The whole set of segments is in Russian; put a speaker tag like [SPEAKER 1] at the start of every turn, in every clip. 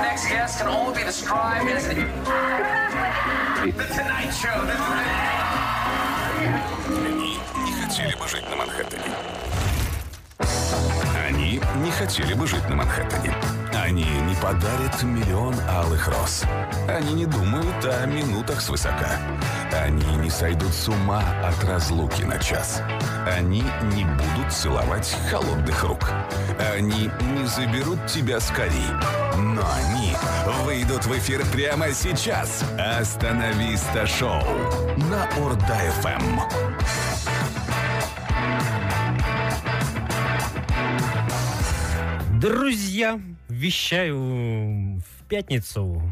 [SPEAKER 1] next guest can only be described as the Tonight Show. The Tonight-
[SPEAKER 2] Они не хотели бы жить на Манхэттене. Они не хотели бы жить на Манхэттене. Они не подарят миллион алых роз. Они не думают о минутах свысока. Они не сойдут с ума от разлуки на час. Они не будут целовать холодных рук. Они не заберут тебя скорее. Но они выйдут в эфир прямо сейчас. Остановиста шоу на Эм. Орда-ФМ.
[SPEAKER 3] Друзья, вещаю в пятницу.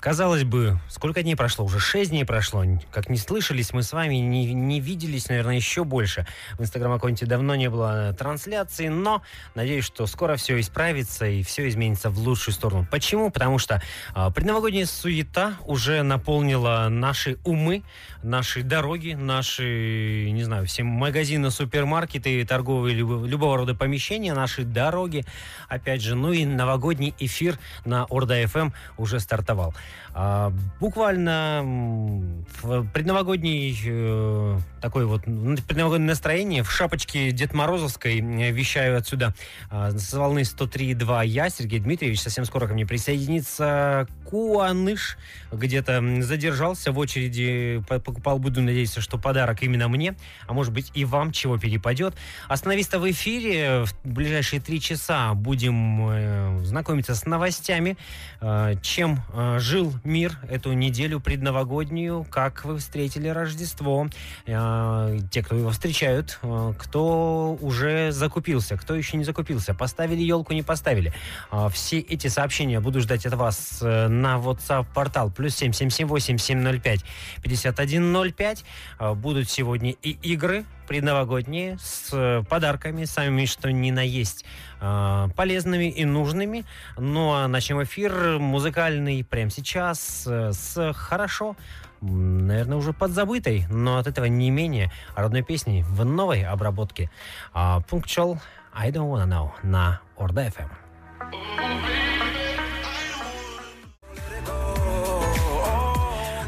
[SPEAKER 3] Казалось бы, сколько дней прошло? Уже шесть дней прошло. Как не слышались, мы с вами не, не виделись, наверное, еще больше. В инстаграм-аккаунте давно не было трансляции, но надеюсь, что скоро все исправится и все изменится в лучшую сторону. Почему? Потому что а, предновогодняя суета уже наполнила наши умы, наши дороги, наши, не знаю, все магазины, супермаркеты, торговые любо- любого рода помещения, наши дороги. Опять же, ну и новогодний эфир на Орда ФМ уже стартовал. А, буквально м, в предновогодний э, такой вот м, предновогоднее настроение в шапочке Дед Морозовской э, вещаю отсюда а, с волны 103.2 я, Сергей Дмитриевич. Совсем скоро ко мне присоединится Куаныш. Где-то м, задержался в очереди, по- покупал, буду надеяться, что подарок именно мне, а может быть и вам чего перепадет. Остановись-то в эфире. В ближайшие три часа будем э, знакомиться с новостями, э, чем э, жил мир эту неделю предновогоднюю, как вы встретили Рождество, э, те, кто его встречают, э, кто уже закупился, кто еще не закупился, поставили елку, не поставили. А, Все эти сообщения буду ждать от вас э, на WhatsApp-портал плюс 7778-705-5105. А, Будут сегодня и игры предновогодние с э, подарками, самыми что ни на есть, э, полезными и нужными. Ну а начнем эфир музыкальный прямо сейчас э, с хорошо, м, наверное, уже подзабытой, но от этого не менее родной песни в новой обработке. А, Пункчел I Don't Wanna Know на Орда FM.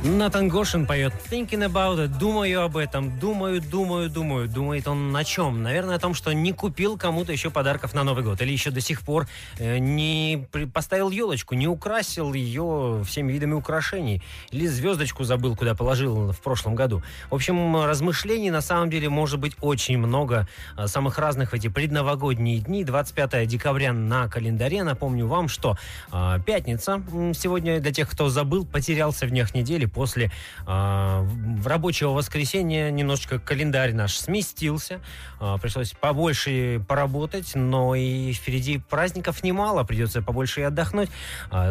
[SPEAKER 3] Натан Гошин поет Thinking About It, думаю об этом, думаю, думаю, думаю. Думает он на чем? Наверное, о том, что не купил кому-то еще подарков на Новый год. Или еще до сих пор э, не при- поставил елочку, не украсил ее всеми видами украшений. Или звездочку забыл, куда положил в прошлом году. В общем, размышлений на самом деле может быть очень много э, самых разных в эти предновогодние дни. 25 декабря на календаре. Напомню вам, что а, Пятница. М, Сегодня для тех, кто забыл, потерялся в днях недели после а, в в рабочего воскресенья немножечко календарь наш сместился. А, Пришлось побольше поработать, но и впереди праздников немало, придется побольше и отдохнуть.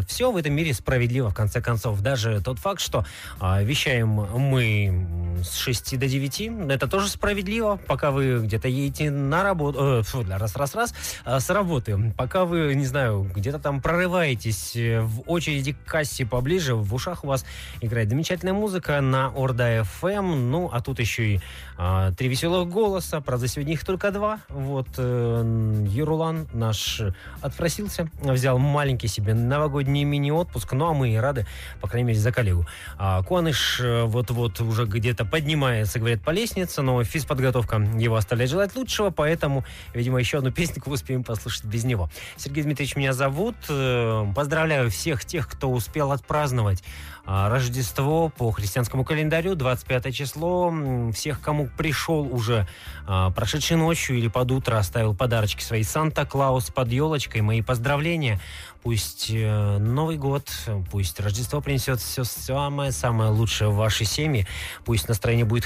[SPEAKER 3] Все в этом мире справедливо, в конце концов. Даже тот факт, что а, вещаем мы м, с 6 до 9, это тоже справедливо, пока вы где-то едете на работу, э, фу, раз-раз-раз, а, с работы. Пока вы, не знаю, где-то там прорываетесь э, в очереди к кассе поближе, в ушах у вас играет замечательная музыка на Орда ФМ. Ну, а тут еще и а, три веселых голоса. Правда, сегодня их только два. Вот э, Ерулан наш отпросился, взял маленький себе новогодний мини-отпуск. Ну, а мы и рады, по крайней мере, за коллегу. А, Куаныш э, вот-вот уже где-то поднимается, говорит, по лестнице, но физподготовка его оставляет желать лучшего, поэтому Видимо, еще одну песенку успеем послушать без него. Сергей Дмитриевич, меня зовут. Э, Поздравляю всех тех, кто успел отпраздновать а, Рождество по христианскому календарю, 25 число. М, Всех, кому пришел уже а, прошедшей ночью или под утро, оставил подарочки свои Санта-Клаус под елочкой. Мои поздравления. Пусть э, Новый год, пусть Рождество принесет все самое-самое лучшее в ваши семьи. Пусть настроение будет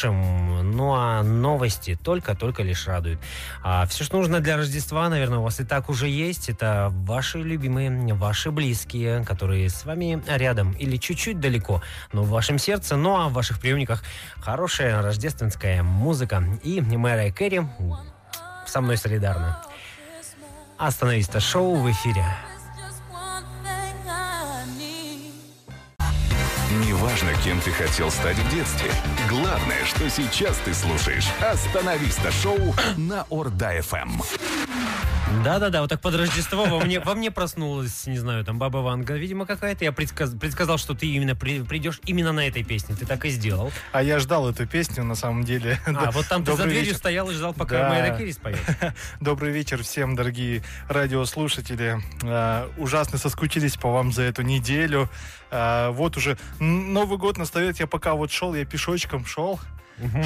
[SPEAKER 3] хорошим. Ну а новости только-только лишь радуют. А все, что нужно для Рождества, наверное, у вас и так уже есть. Это ваши любимые, ваши близкие, которые с вами рядом или чуть-чуть далеко, но в вашем сердце, ну а в ваших приемниках хорошая рождественская музыка. И Мэрия Кэрри со мной солидарна. Остановись-то шоу в эфире.
[SPEAKER 2] Неважно, кем ты хотел стать в детстве. Главное, что сейчас ты слушаешь «Остановиста» шоу на Орда-ФМ.
[SPEAKER 3] Да-да-да, вот так под Рождество во мне, во мне проснулась, не знаю, там Баба Ванга, видимо, какая-то. Я предсказ- предсказал, что ты именно при- придешь именно на этой песне. Ты так и сделал.
[SPEAKER 4] А я ждал эту песню, на самом деле.
[SPEAKER 3] А, вот там ты за
[SPEAKER 4] Добрый
[SPEAKER 3] дверью
[SPEAKER 4] вечер.
[SPEAKER 3] стоял и ждал, пока
[SPEAKER 4] Да.
[SPEAKER 3] Майра Кирис поет.
[SPEAKER 4] Добрый вечер всем, дорогие радиослушатели. Э, ужасно соскучились по вам за эту неделю. Э, вот уже н- Новый год настает. Я пока вот шел, я пешочком шел.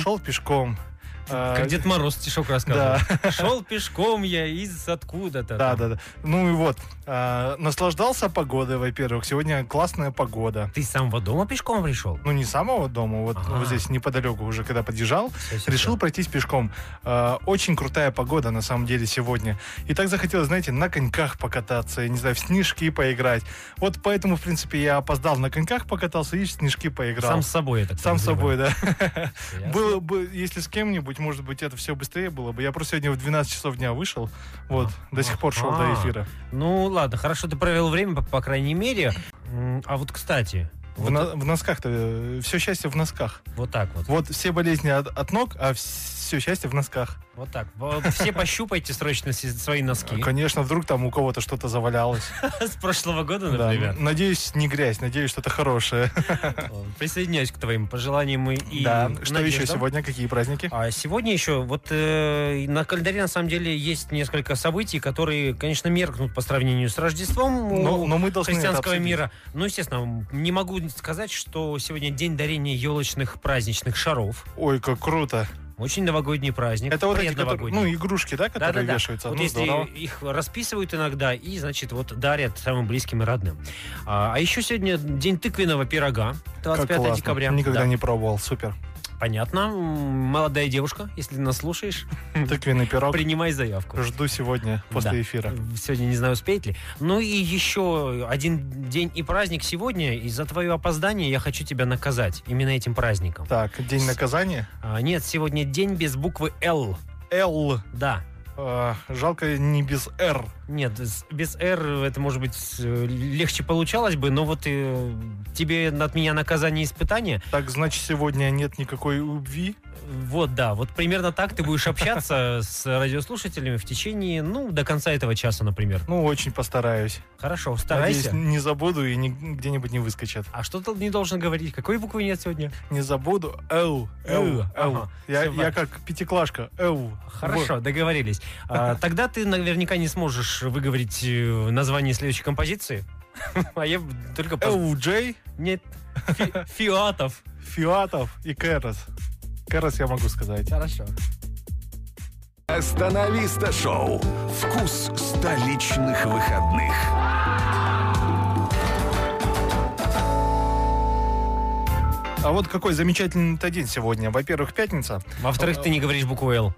[SPEAKER 4] Шел пешком. Э,
[SPEAKER 3] Как Дед Мороз стишок рассказывал. Шел пешком я из откуда-то.
[SPEAKER 4] Да,
[SPEAKER 3] там.
[SPEAKER 4] да, да. Ну и вот, э, наслаждался погодой, во-первых. Сегодня классная погода.
[SPEAKER 3] Ты с самого дома пешком пришел?
[SPEAKER 4] Ну, не с самого дома, вот,
[SPEAKER 3] Ага.
[SPEAKER 4] вот здесь неподалеку уже, когда подъезжал,
[SPEAKER 3] Всё, всё,
[SPEAKER 4] решил
[SPEAKER 3] всё.
[SPEAKER 4] пройтись пешком. Э, очень крутая погода, на самом деле, сегодня. И так захотелось, знаете, на коньках покататься, я не знаю, в снежки поиграть. Вот поэтому, в принципе, я опоздал на коньках покатался и в снежки поиграл.
[SPEAKER 3] Сам с собой это.
[SPEAKER 4] Сам с собой, да. Было бы, если с кем-нибудь, может быть, это все быстрее было бы. Я просто сегодня в 12 часов дня вышел, вот, до сих пор шел
[SPEAKER 3] Ага.
[SPEAKER 4] до эфира.
[SPEAKER 3] Ну ладно, хорошо, ты провел время, по, по крайней мере. М, А вот, кстати,
[SPEAKER 4] В, на- в носках-то, все счастье в носках.
[SPEAKER 3] вот так вот.
[SPEAKER 4] Вот все болезни от, от ног, а все счастье в носках.
[SPEAKER 3] Вот так. Во- Все пощупайте срочно си- свои носки.
[SPEAKER 4] Э, Конечно, вдруг там у кого-то что-то завалялось.
[SPEAKER 3] С прошлого года,
[SPEAKER 4] Да,
[SPEAKER 3] например.
[SPEAKER 4] н- Надеюсь, не грязь, надеюсь, что-то хорошее.
[SPEAKER 3] Присоединяюсь к твоим пожеланиям и- и
[SPEAKER 4] Да. Что еще
[SPEAKER 3] надеждам.
[SPEAKER 4] сегодня? Какие праздники?
[SPEAKER 3] А сегодня еще вот э, на календаре на самом деле есть несколько событий, которые, конечно, меркнут по сравнению с Рождеством э, у
[SPEAKER 4] Но, но мы должны Ну, это
[SPEAKER 3] христианского
[SPEAKER 4] обсудить.
[SPEAKER 3] мира. Ну, естественно, не могу сказать, что сегодня день дарения елочных праздничных шаров.
[SPEAKER 4] Ой, как круто.
[SPEAKER 3] Очень новогодний праздник.
[SPEAKER 4] Это вот эти, которые-
[SPEAKER 3] предновогодний.
[SPEAKER 4] ну, игрушки, да, которые
[SPEAKER 3] Да-да-да.
[SPEAKER 4] вешаются?
[SPEAKER 3] Вот
[SPEAKER 4] Ну,
[SPEAKER 3] если
[SPEAKER 4] здорово.
[SPEAKER 3] их расписывают иногда и, значит, вот дарят самым близким и родным. А, а еще сегодня день тыквенного пирога,
[SPEAKER 4] Как
[SPEAKER 3] 25
[SPEAKER 4] классно.
[SPEAKER 3] декабря.
[SPEAKER 4] Никогда
[SPEAKER 3] Да.
[SPEAKER 4] не пробовал, супер.
[SPEAKER 3] Понятно. М, Молодая девушка, если нас слушаешь,
[SPEAKER 4] Тыквенный пирог.
[SPEAKER 3] принимай заявку.
[SPEAKER 4] Жду
[SPEAKER 3] Хм.
[SPEAKER 4] сегодня
[SPEAKER 3] Да.
[SPEAKER 4] после эфира.
[SPEAKER 3] Сегодня не знаю, успеет ли. Ну и еще один день и праздник сегодня. И за твое опоздание я хочу тебя наказать именно этим праздником.
[SPEAKER 4] Так, день наказания.
[SPEAKER 3] А, нет, сегодня день без буквы Л.
[SPEAKER 4] Л.
[SPEAKER 3] Да.
[SPEAKER 4] Э, Жалко, не без Р.
[SPEAKER 3] Нет, с- без «р» это, может быть, с- э, легче получалось бы, но вот э, тебе от меня наказание и испытание.
[SPEAKER 4] Так, значит, сегодня нет никакой любви?
[SPEAKER 3] Вот, да, вот примерно так ты будешь общаться с радиослушателями в течение, ну, до конца этого часа, например.
[SPEAKER 4] Ну, очень постараюсь.
[SPEAKER 3] Хорошо, старайся.
[SPEAKER 4] Надеюсь, не забуду и ни- где-нибудь не выскочат.
[SPEAKER 3] А что ты не должен говорить? Какой буквы нет сегодня?
[SPEAKER 4] Не забуду. Эу, эу,
[SPEAKER 3] Эу,
[SPEAKER 4] эу.
[SPEAKER 3] ага,
[SPEAKER 4] Я,
[SPEAKER 3] всё
[SPEAKER 4] я
[SPEAKER 3] так.
[SPEAKER 4] как пятиклашка. Эу.
[SPEAKER 3] Хорошо, договорились. А, тогда ты наверняка не сможешь выговорить э, название следующей композиции. А я только...
[SPEAKER 4] Вот.
[SPEAKER 3] поз-
[SPEAKER 4] Эу, Джей,
[SPEAKER 3] Нет, Фи- Фиатов.
[SPEAKER 4] Фиатов и Кэрос. Кэрос я могу сказать.
[SPEAKER 3] Хорошо.
[SPEAKER 2] Остановиста шоу. Вкус столичных выходных.
[SPEAKER 4] А вот какой замечательный-то день сегодня. Во-первых, пятница.
[SPEAKER 3] Во-вторых, ты не говоришь букву «Л».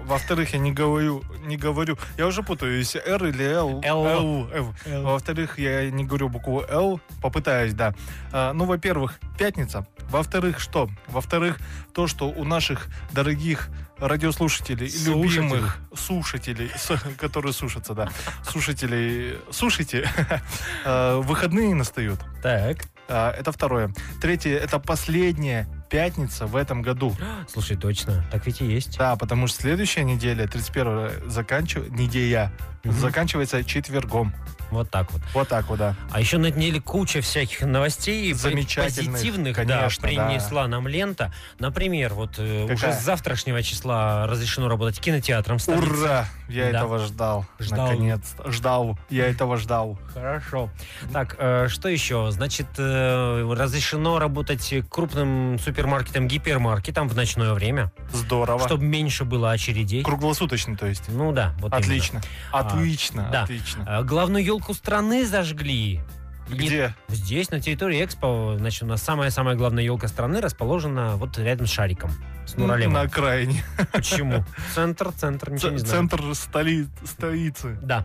[SPEAKER 4] Во-вторых, я не говорю, не говорю, я уже путаюсь, Р или Л.
[SPEAKER 3] Л.
[SPEAKER 4] Л, Л.
[SPEAKER 3] Л.
[SPEAKER 4] Во-вторых, я не говорю букву Л, попытаюсь, да. А, ну, во-первых, пятница. Во-вторых, что? Во-вторых, то, что у наших дорогих радиослушателей, и
[SPEAKER 3] Слушателей.
[SPEAKER 4] любимых слушателей, с- которые сушатся, да, слушателей, слушайте, э, выходные настают.
[SPEAKER 3] Так.
[SPEAKER 4] А, Это второе. Третье, это последняя пятница в этом году.
[SPEAKER 3] Слушай, точно. Так ведь и есть.
[SPEAKER 4] Да, потому что следующая неделя, 31 заканчив... неделя,
[SPEAKER 3] Мгм.
[SPEAKER 4] заканчивается четвергом.
[SPEAKER 3] Вот так вот.
[SPEAKER 4] Вот так вот, да.
[SPEAKER 3] А еще на этой неделе куча всяких новостей. по-
[SPEAKER 4] Замечательных,
[SPEAKER 3] Позитивных,
[SPEAKER 4] конечно,
[SPEAKER 3] да, принесла нам лента. Например, вот э,
[SPEAKER 4] Какая?
[SPEAKER 3] уже с завтрашнего числа разрешено работать кинотеатром. в столице.
[SPEAKER 4] Ура! Я
[SPEAKER 3] Да.
[SPEAKER 4] этого ждал.
[SPEAKER 3] Ждал.
[SPEAKER 4] Наконец-то. Ждал. Я этого ждал.
[SPEAKER 3] Хорошо. Так, э, что еще? Значит, э, разрешено работать крупным супермаркетом, гипермаркетом в ночное время,
[SPEAKER 4] Здорово.
[SPEAKER 3] чтобы меньше было очередей.
[SPEAKER 4] Круглосуточно, то есть.
[SPEAKER 3] Ну да, вот именно.
[SPEAKER 4] Отлично.
[SPEAKER 3] А,
[SPEAKER 4] Отлично,
[SPEAKER 3] да.
[SPEAKER 4] отлично.
[SPEAKER 3] Э, Главную елку страны зажгли. И
[SPEAKER 4] Где?
[SPEAKER 3] Здесь, на территории Экспо, значит, у нас самая-самая главная елка страны расположена вот рядом с шариком, с Нуралемом.
[SPEAKER 4] Ну, На окраине.
[SPEAKER 3] Почему? Центр, центр, ничего не
[SPEAKER 4] Ц-
[SPEAKER 3] знаю.
[SPEAKER 4] Центр столи- столицы.
[SPEAKER 3] Да.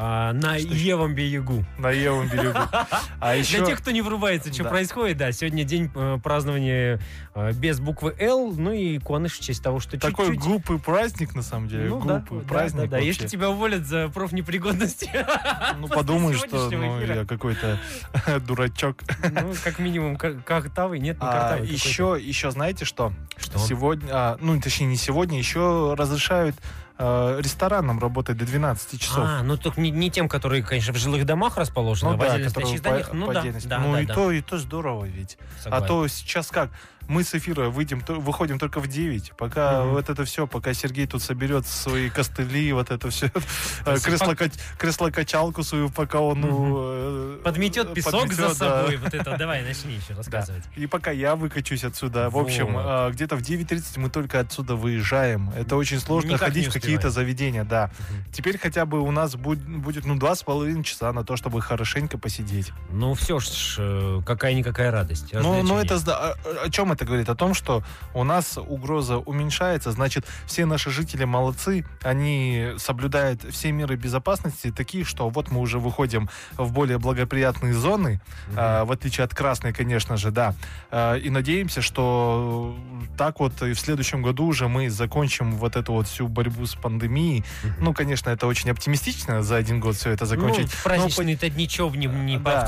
[SPEAKER 3] А, на
[SPEAKER 4] Что
[SPEAKER 3] Евом берегу.
[SPEAKER 4] На Евом берегу. А еще...
[SPEAKER 3] Для тех, кто не врубается, что
[SPEAKER 4] Да.
[SPEAKER 3] происходит, да, сегодня день э, празднования э, без буквы «Л», ну и куаныш в честь того, что
[SPEAKER 4] Такой
[SPEAKER 3] чуть-чуть...
[SPEAKER 4] глупый праздник, на самом деле.
[SPEAKER 3] Ну да,
[SPEAKER 4] глупый
[SPEAKER 3] да,
[SPEAKER 4] праздник.
[SPEAKER 3] да, да. Если
[SPEAKER 4] вообще.
[SPEAKER 3] тебя уволят за профнепригодность,
[SPEAKER 4] Ну,
[SPEAKER 3] после
[SPEAKER 4] подумай, что
[SPEAKER 3] сегодняшнего
[SPEAKER 4] ну,
[SPEAKER 3] эфира.
[SPEAKER 4] я какой-то дурачок.
[SPEAKER 3] ну, как минимум, как- картавый, нет, не
[SPEAKER 4] А,
[SPEAKER 3] картавый.
[SPEAKER 4] еще, еще знаете что?
[SPEAKER 3] какой-то. Что?
[SPEAKER 4] Сегодня, а, ну точнее не сегодня, еще разрешают э, рестораном работает до 12 часов. Ну
[SPEAKER 3] А, ну только не, не тем, которые, конечно, в жилых домах расположены, а в отдельно
[SPEAKER 4] которые
[SPEAKER 3] стоящих
[SPEAKER 4] по-
[SPEAKER 3] зданиях. Ну
[SPEAKER 4] по
[SPEAKER 3] да,
[SPEAKER 4] отдельности.
[SPEAKER 3] да,
[SPEAKER 4] Ну
[SPEAKER 3] да,
[SPEAKER 4] и
[SPEAKER 3] да.
[SPEAKER 4] то, и то здорово ведь. А
[SPEAKER 3] Согласен.
[SPEAKER 4] то сейчас как? Мы с эфира выйдем, то- выходим только в 9. Пока
[SPEAKER 3] Мгм.
[SPEAKER 4] вот это все, пока Сергей тут соберет свои костыли, вот это все,
[SPEAKER 3] есть
[SPEAKER 4] кресло-качалку свою, пока он... ну, э,
[SPEAKER 3] Подметет песок за
[SPEAKER 4] подметет, да.
[SPEAKER 3] собой. Вот это давай, начни еще
[SPEAKER 4] Да.
[SPEAKER 3] рассказывать.
[SPEAKER 4] И пока я выкачусь отсюда. В общем,
[SPEAKER 3] Вот.
[SPEAKER 4] а, где-то в 9.30 мы только отсюда выезжаем. Это очень сложно
[SPEAKER 3] Ну, Никак
[SPEAKER 4] ходить
[SPEAKER 3] не
[SPEAKER 4] в какие-то
[SPEAKER 3] успеваем.
[SPEAKER 4] заведения, да.
[SPEAKER 3] Мгм.
[SPEAKER 4] Теперь хотя бы у нас будь- будет, ну, два с половиной часа на то, чтобы хорошенько посидеть.
[SPEAKER 3] Ну все ж, э, какая-никакая радость.
[SPEAKER 4] Ну, ну
[SPEAKER 3] развлечение.
[SPEAKER 4] это зда- о- о чем это говорит? О том, что у нас угроза уменьшается, значит, все наши жители молодцы, они соблюдают все меры безопасности, такие, что вот мы уже выходим в более благоприятные зоны, а, в отличие от красной, конечно же, да. А, и надеемся, что так вот и в следующем году уже мы закончим вот эту вот всю борьбу с пандемией. Ну, конечно, это очень оптимистично за один год все это закончить.
[SPEAKER 3] Ну, в
[SPEAKER 4] но по-
[SPEAKER 3] праздничные-то ничего не, не
[SPEAKER 4] да.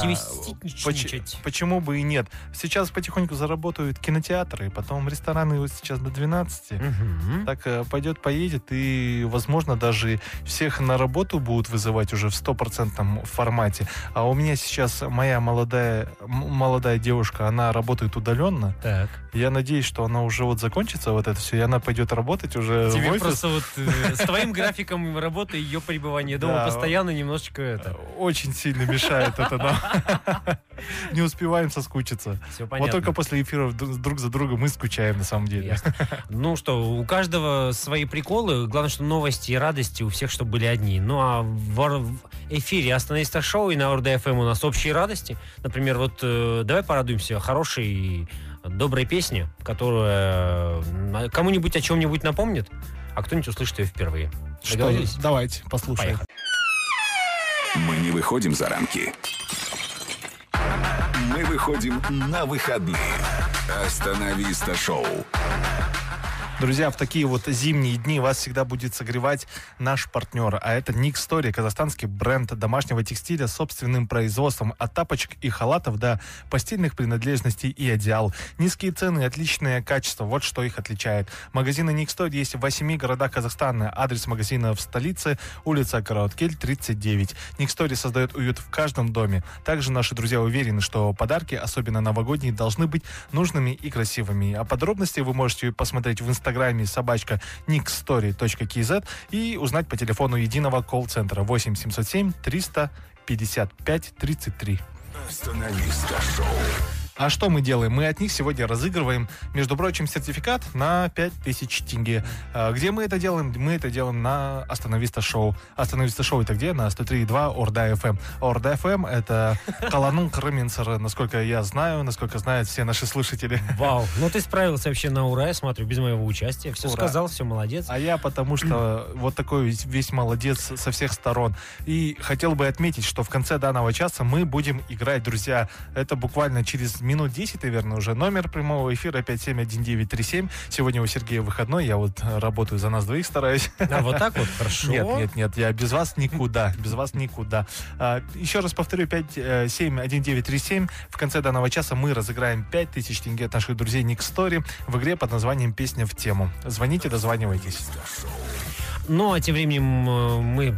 [SPEAKER 3] пооптимистичничать.
[SPEAKER 4] Поч- почему бы и нет? Сейчас потихоньку заработают кинотеатры, потом рестораны вот сейчас до 12.
[SPEAKER 3] Мгм.
[SPEAKER 4] Так э, пойдет, поедет, и, возможно, даже всех на работу будут вызывать уже в стопроцентном формате. А у меня сейчас моя молодая, м- молодая девушка, она работает удаленно.
[SPEAKER 3] Так.
[SPEAKER 4] Я надеюсь, что она уже вот закончится вот это все, и она пойдет работать уже в
[SPEAKER 3] Тебе
[SPEAKER 4] офис.
[SPEAKER 3] просто вот э, с твоим графиком работы и ее пребывания дома
[SPEAKER 4] Да.
[SPEAKER 3] постоянно немножечко это.
[SPEAKER 4] Э, Очень сильно мешает это нам. Не успеваем соскучиться.
[SPEAKER 3] Все понятно.
[SPEAKER 4] Э, Вот только после эфиров д- друг за другом мы скучаем на самом деле.
[SPEAKER 3] Ясно. Ну что, у каждого свои приколы. Главное, что новости и радости у всех, чтобы были одни. Ну а в ор- в эфире «Остановись шоу» и на РДФМ у нас общие радости. Например, вот э, давай порадуемся хорошей и доброй песне, которая э, кому-нибудь о чем-нибудь напомнит, а кто-нибудь услышит ее впервые. Договорились?
[SPEAKER 4] Давайте послушаем.
[SPEAKER 3] Поехали.
[SPEAKER 2] Мы не выходим за рамки. Мы выходим на выходные. Остановиста шоу.
[SPEAKER 4] Друзья, в такие вот зимние дни вас всегда будет согревать наш партнер. А это Ник Стори, казахстанский бренд домашнего текстиля с собственным производством от тапочек и халатов до постельных принадлежностей и одеял. Низкие цены, и отличное качество. Вот что их отличает. Магазины Ник Стори есть в 8 городах Казахстана. Адрес магазина в столице, улица Караоткель, 39. Ник Стори создает уют в каждом доме. Также наши друзья уверены, что подарки, особенно новогодние, должны быть нужными и красивыми. А подробности вы можете посмотреть в инстаграме собачка nickstory.kz и узнать по телефону единого колл-центра 8 707 355 33.
[SPEAKER 2] Остановиста шоу.
[SPEAKER 4] А что мы делаем? Мы от них сегодня разыгрываем, между прочим, сертификат на 5000 тенге. А Где мы это делаем? Мы это делаем на Остановиста Шоу. Остановиста Шоу это где? На 103.2 Орда ФМ. Орда ФМ это Каланун Крыминцер, насколько я знаю, насколько знают все наши слушатели.
[SPEAKER 3] Вау, ну ты справился вообще на ура, я смотрю, без моего участия. Все
[SPEAKER 4] Ура.
[SPEAKER 3] сказал, все молодец.
[SPEAKER 4] А я потому что вот такой весь- весь молодец со всех сторон. И хотел бы отметить, что в конце данного часа мы будем играть, друзья. Это буквально через минут 10, наверное, уже номер прямого эфира 571937. Сегодня у Сергея выходной, я вот э, работаю за нас двоих, стараюсь.
[SPEAKER 3] А вот так вот, хорошо.
[SPEAKER 4] Нет, нет, нет, я без вас никуда, без вас никуда. А, еще раз повторю, 571937. В конце данного часа мы разыграем 5000 тенге от наших друзей Ник Стори в игре под названием «Песня в тему». Звоните, дозванивайтесь.
[SPEAKER 3] Ну, а тем временем э, мы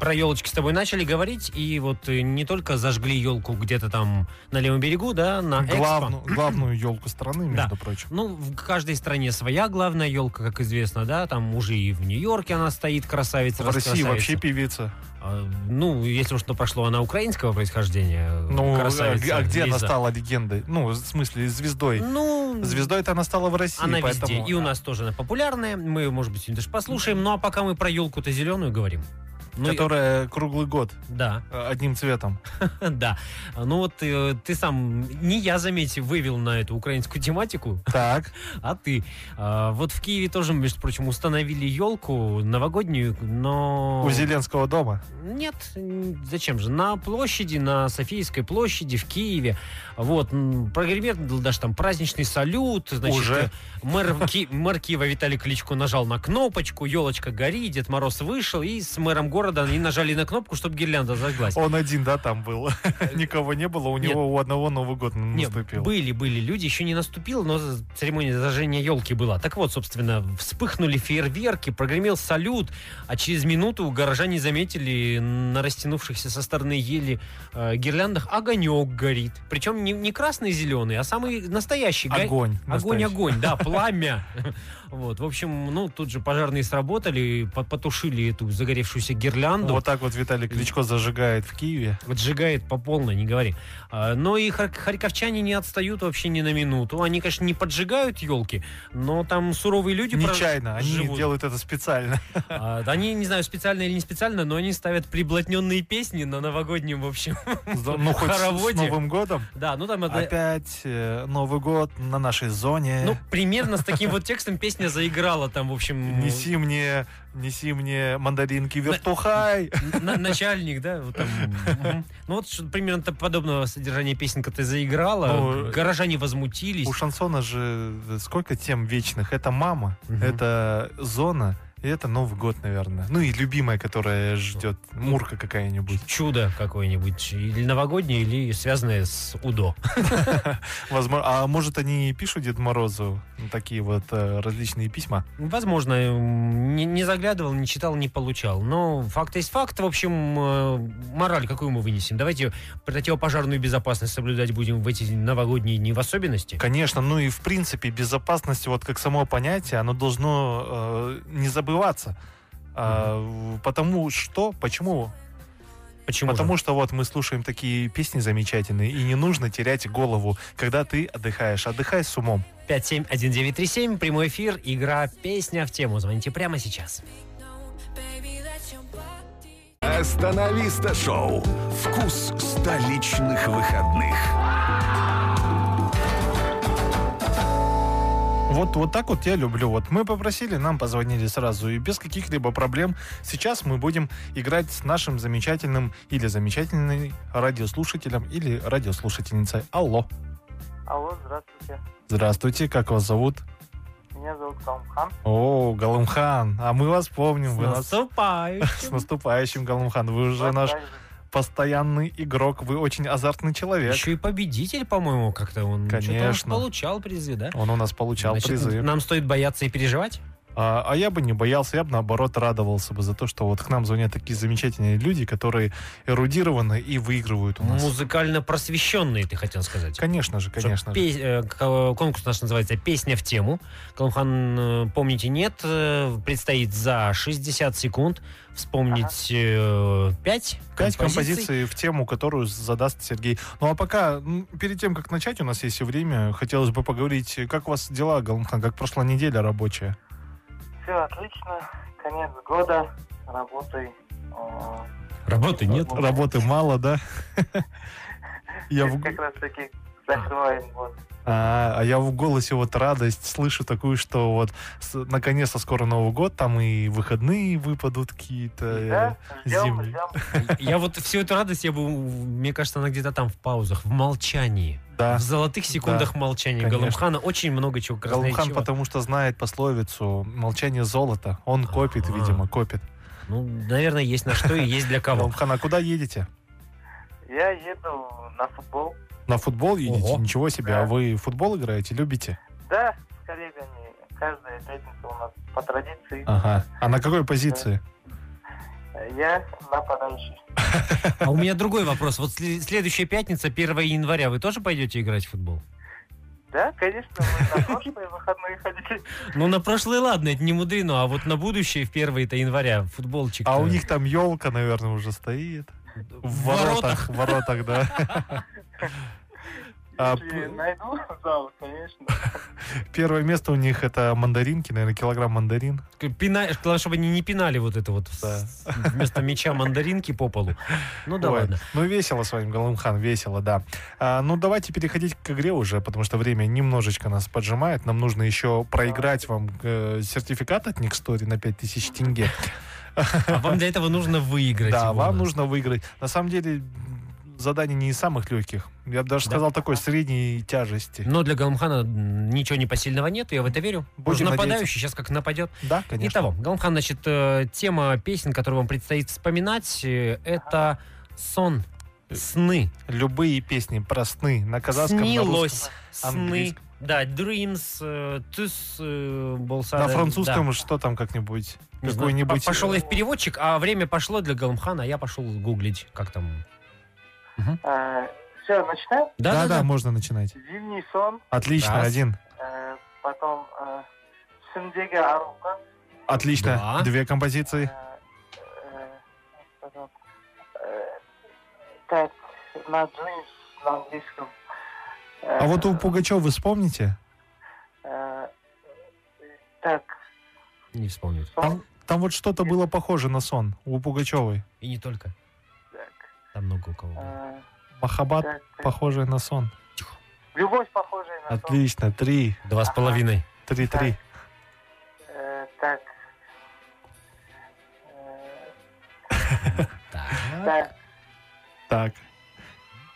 [SPEAKER 3] про елочки с тобой начали говорить, и вот э, не только зажгли елку где-то там на левом берегу, да, на экспо.
[SPEAKER 4] главную, главную елку страны, между
[SPEAKER 3] Да.
[SPEAKER 4] прочим.
[SPEAKER 3] Ну, в каждой стране своя главная елка, как известно, да, там уже и в Нью-Йорке она стоит, красавица,
[SPEAKER 4] В России
[SPEAKER 3] раскрасавица.
[SPEAKER 4] вообще певица.
[SPEAKER 3] А, Ну, если уж что прошло, она украинского происхождения,
[SPEAKER 4] Ну, а
[SPEAKER 3] Э, красавица
[SPEAKER 4] г- а где она
[SPEAKER 3] Лиза.
[SPEAKER 4] стала легендой? Ну, в смысле, звездой.
[SPEAKER 3] Ну,
[SPEAKER 4] Звездой-то она стала в России,
[SPEAKER 3] она
[SPEAKER 4] поэтому...
[SPEAKER 3] везде. И у нас тоже она популярная. Мы, ее, может быть, сегодня даже послушаем. Ну, а пока мы про елку-то зеленую говорим. Ну, и-
[SPEAKER 4] Которая круглый год
[SPEAKER 3] да.
[SPEAKER 4] э, одним цветом.
[SPEAKER 3] Да. Ну вот э, ты сам, не я, заметь, вывел на эту украинскую тематику,
[SPEAKER 4] Так,
[SPEAKER 3] а ты. А, Вот в Киеве тоже, между прочим, установили елку новогоднюю, но...
[SPEAKER 4] у Зеленского дома.
[SPEAKER 3] Нет, м, зачем же? На площади, на Софийской площади в Киеве. Вот, м, прогремел даже там праздничный салют. Значит,
[SPEAKER 4] Уже?
[SPEAKER 3] э, Мэр, в Ки- мэр Киева Виталий Кличко нажал на кнопочку, елочка горит, Дед Мороз вышел, и с мэром города города и нажали на кнопку, чтобы гирлянда зажглась.
[SPEAKER 4] Он один, да, там был. Никого не было, у
[SPEAKER 3] Э, Нет.
[SPEAKER 4] него у одного Новый год
[SPEAKER 3] Нет,
[SPEAKER 4] наступил.
[SPEAKER 3] были, были люди, еще не наступил, но за- церемония зажжения елки была. Так вот, собственно, вспыхнули фейерверки, прогремел салют, а через минуту горожане заметили на растянувшихся со стороны ели э, гирляндах огонек горит. Причем не, не красный и зеленый, а самый настоящий. го-
[SPEAKER 4] Огонь.
[SPEAKER 3] Огонь,
[SPEAKER 4] настоящий.
[SPEAKER 3] огонь, да, пламя. Вот, в общем, ну, тут же пожарные сработали, по- потушили эту загоревшуюся гирлянду.
[SPEAKER 4] Вот так вот Виталий Кличко зажигает в Киеве.
[SPEAKER 3] Отжигает по полной, не говори. А, Но и хар- харьковчане не отстают вообще ни на минуту. Они, конечно, не поджигают елки, но там суровые люди прож-
[SPEAKER 4] Нечаянно, они
[SPEAKER 3] Типа живут.
[SPEAKER 4] делают это специально.
[SPEAKER 3] А, да Они, не знаю, специально или не специально, но они ставят приблотненные песни на новогоднем, в общем.
[SPEAKER 4] Ну, хоть с- с
[SPEAKER 3] Хороводе.
[SPEAKER 4] Новым годом.
[SPEAKER 3] Да, ну там... одна-
[SPEAKER 4] Опять э, Новый год на нашей
[SPEAKER 3] Ну,
[SPEAKER 4] зоне.
[SPEAKER 3] примерно с таким вот текстом песня заиграла там, в общем...
[SPEAKER 4] Неси мне, неси мне мандаринки вертухай.
[SPEAKER 3] На- начальник, да? вот там, мгм. Ну вот что-то примерно то- подобного содержания песенка ты заиграла,
[SPEAKER 4] Ну, э,
[SPEAKER 3] горожане возмутились.
[SPEAKER 4] У шансона же сколько тем вечных? Это мама,
[SPEAKER 3] Мгм.
[SPEAKER 4] это зона, и это Новый год, наверное. Ну и любимая, которая ждет, мурка какая-нибудь.
[SPEAKER 3] Чудо какое-нибудь, или новогоднее, или связанное с УДО.
[SPEAKER 4] Возможно, а может они и пишут Дед Морозу ну, такие вот э, различные письма?
[SPEAKER 3] Возможно, м, не, не заглядывал, не читал, не получал. Но факт есть факт. В общем, э, мораль какую мы вынесем? Давайте противопожарную безопасность соблюдать будем в эти новогодние дни в особенности.
[SPEAKER 4] Конечно, ну и в принципе безопасность, вот как само понятие, оно должно э, не забываться. А, в- потому что, почему?
[SPEAKER 3] Почему? же?
[SPEAKER 4] Потому что вот мы слушаем такие песни замечательные, и не нужно терять голову, когда ты отдыхаешь. Отдыхай с умом.
[SPEAKER 3] 571937, прямой эфир, игра «Песня в тему». Звоните прямо сейчас.
[SPEAKER 5] Baby, let your body
[SPEAKER 2] Остановиста шоу. Вкус столичных выходных.
[SPEAKER 4] Вот, вот так вот я люблю. Вот мы попросили, нам позвонили сразу и без каких-либо проблем. Сейчас мы будем играть с нашим замечательным или замечательной радиослушателем или радиослушательницей. Алло.
[SPEAKER 6] Алло, здравствуйте.
[SPEAKER 4] Здравствуйте, как вас зовут?
[SPEAKER 6] Меня зовут Калмхан.
[SPEAKER 4] О, Галымхан. А мы вас помним.
[SPEAKER 3] С
[SPEAKER 4] Вы нас... С
[SPEAKER 3] наступающим.
[SPEAKER 4] наступающим, Галымхан. Вы уже
[SPEAKER 6] Вас
[SPEAKER 4] наш
[SPEAKER 6] также.
[SPEAKER 4] постоянный игрок. Вы очень азартный человек.
[SPEAKER 3] Еще и победитель, по-моему, как-то он что-то он
[SPEAKER 4] Конечно.
[SPEAKER 3] получал призы, да?
[SPEAKER 4] Он у нас получал
[SPEAKER 3] Значит,
[SPEAKER 4] призы.
[SPEAKER 3] Нам стоит бояться и переживать?
[SPEAKER 4] А, а я бы не боялся, я бы наоборот радовался бы за то, что вот к нам звонят такие замечательные люди, которые эрудированы и выигрывают у нас.
[SPEAKER 3] Музыкально просвещенные, ты хотел сказать.
[SPEAKER 4] Конечно же, конечно
[SPEAKER 3] Что
[SPEAKER 4] же.
[SPEAKER 3] пе- э, к- конкурс наш называется «Песня в тему». Калмхан, э, помните, нет. э, Предстоит за 60 секунд вспомнить э, 5
[SPEAKER 4] Пять композиций в тему, которую задаст Сергей. Ну а пока, м, перед тем, как начать, у нас есть и время, хотелось бы поговорить, как у вас дела, Галмхан, как прошла неделя рабочая?
[SPEAKER 6] Все отлично. Конец года. Работай. Э,
[SPEAKER 3] Работы нет.
[SPEAKER 6] Ну,
[SPEAKER 4] Работы мало, да? Я в...
[SPEAKER 6] Как раз таки закрываем год.
[SPEAKER 4] А, а я в голосе вот радость слышу такую, что вот с- наконец-то скоро Новый год, там и выходные выпадут какие-то. э,
[SPEAKER 6] Да? Ждем,
[SPEAKER 4] зимний.
[SPEAKER 6] ждем.
[SPEAKER 3] Я вот всю эту радость, я бы, мне кажется, она где-то там в паузах, в молчании.
[SPEAKER 4] Да.
[SPEAKER 3] В золотых секундах молчания
[SPEAKER 4] конечно.
[SPEAKER 3] Галымхана очень много чего
[SPEAKER 4] Галухан,
[SPEAKER 3] красноречивого.
[SPEAKER 4] потому что знает пословицу «молчание золота». Он копит,
[SPEAKER 3] Ага.
[SPEAKER 4] видимо, копит.
[SPEAKER 3] Ну, наверное, есть на что и есть для кого.
[SPEAKER 4] Галухан, а куда едете?
[SPEAKER 6] Я еду на футбол.
[SPEAKER 4] На футбол едете?
[SPEAKER 3] Ого.
[SPEAKER 4] Ничего себе.
[SPEAKER 6] Да.
[SPEAKER 4] А вы в футбол играете? Любите?
[SPEAKER 6] Да, с коллегами. Каждая пятница у нас по традиции.
[SPEAKER 4] Ага. А на какой позиции? А.
[SPEAKER 6] Я нападающий.
[SPEAKER 3] А у меня другой вопрос. Вот сли- следующая пятница, 1 января, вы тоже пойдете играть в футбол?
[SPEAKER 6] Да, конечно, мы на прошлые выходные ходили.
[SPEAKER 3] Ну, на прошлое, ладно, это не мудрено, а вот на будущее, в 1 января, футболчик.
[SPEAKER 4] А у них там елка, наверное, уже стоит. В воротах. В воротах, да. А
[SPEAKER 6] Если
[SPEAKER 4] п-
[SPEAKER 6] найду зал, конечно.
[SPEAKER 4] первое место у них это мандаринки, наверное, килограмм мандарин.
[SPEAKER 3] Пина... Главное, чтобы они не пинали вот это вот
[SPEAKER 4] Да.
[SPEAKER 3] с- вместо мяча мандаринки по полу. Ну, да
[SPEAKER 4] Ой,
[SPEAKER 3] ладно.
[SPEAKER 4] Ну, весело с вами, Галымхан, весело, да. А, ну, давайте переходить к игре уже, потому что время немножечко нас поджимает. Нам нужно еще проиграть вам э, сертификат от Никстори на 5000 тенге.
[SPEAKER 3] А вам для этого нужно выиграть.
[SPEAKER 4] Да,
[SPEAKER 3] его.
[SPEAKER 4] вам нужно выиграть. На самом деле, задание не из самых легких. Я бы даже
[SPEAKER 3] Да. Ну,
[SPEAKER 4] сказал такой средней тяжести.
[SPEAKER 3] Но для Галамхана м, ничего непосильного нет, я в это верю. Он же
[SPEAKER 4] Будем надеяться.
[SPEAKER 3] нападающий, сейчас как нападет.
[SPEAKER 4] Да, конечно.
[SPEAKER 3] Итого, Галамхан, значит, э, тема песен, которую вам предстоит вспоминать, э, это сон, Э. сны.
[SPEAKER 4] Любые песни про сны на казахском, на русском,
[SPEAKER 3] Снилось, сны.
[SPEAKER 4] английском.
[SPEAKER 3] Да, dreams, э, тыс, э, болса,
[SPEAKER 4] на
[SPEAKER 3] да,
[SPEAKER 4] французском
[SPEAKER 3] да.
[SPEAKER 4] что там как-нибудь?
[SPEAKER 3] Не знаю,
[SPEAKER 4] Какой-нибудь...
[SPEAKER 3] по- Пошел я в переводчик, а время пошло для Галамхана, а я пошел гуглить, как там.
[SPEAKER 6] Все, А, начинаем?
[SPEAKER 4] Да-да, можно начинать.
[SPEAKER 6] Зимний сон,
[SPEAKER 4] Отлично,
[SPEAKER 3] Раз.
[SPEAKER 4] один.
[SPEAKER 6] э, потом э, Шимдеге Арука.
[SPEAKER 4] Отлично.
[SPEAKER 3] Два.
[SPEAKER 4] Две композиции.
[SPEAKER 6] э, э, потом, э, Так, на Dreams на английском. Э,
[SPEAKER 4] А вот у Пугачева вы вспомните?
[SPEAKER 6] э, Так,
[SPEAKER 3] Не вспомню.
[SPEAKER 6] сон,
[SPEAKER 4] Там, там вот что-то было похоже на сон у Пугачевой.
[SPEAKER 3] И не только.
[SPEAKER 6] так,
[SPEAKER 3] Там много у кого. было.
[SPEAKER 6] э,
[SPEAKER 4] Махабат,
[SPEAKER 6] так, так.
[SPEAKER 4] похожий на сон.
[SPEAKER 6] Любовь похожая на сон.
[SPEAKER 4] Отлично. Три,
[SPEAKER 3] Два с половиной.
[SPEAKER 4] три, три.
[SPEAKER 6] Э, Так. Э,
[SPEAKER 4] Ну,
[SPEAKER 3] Так.
[SPEAKER 6] Так.
[SPEAKER 4] Так.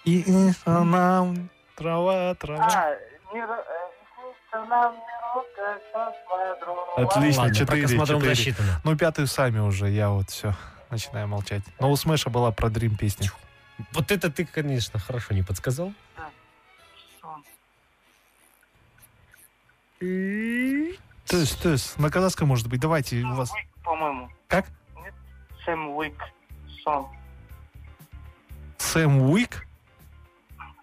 [SPEAKER 4] И и нам трава, трава.
[SPEAKER 6] А, мир, э, снится нам мирок, как космодром.
[SPEAKER 4] Отлично,
[SPEAKER 3] Ладно, про
[SPEAKER 4] четыре,
[SPEAKER 3] космодром
[SPEAKER 4] четыре.
[SPEAKER 3] засчитано.
[SPEAKER 4] Ну, пятую сами уже, я вот все, начинаю молчать. Но у Смэша была про Дрим песня.
[SPEAKER 3] Вот это ты, конечно, хорошо не подсказал.
[SPEAKER 6] Ладно.
[SPEAKER 4] То есть, то есть, на казахском, может быть, давайте у вас...
[SPEAKER 6] Уик, по-моему.
[SPEAKER 4] Как?
[SPEAKER 6] Нет? Сэм Уик. Сон.
[SPEAKER 4] Сэм Уик?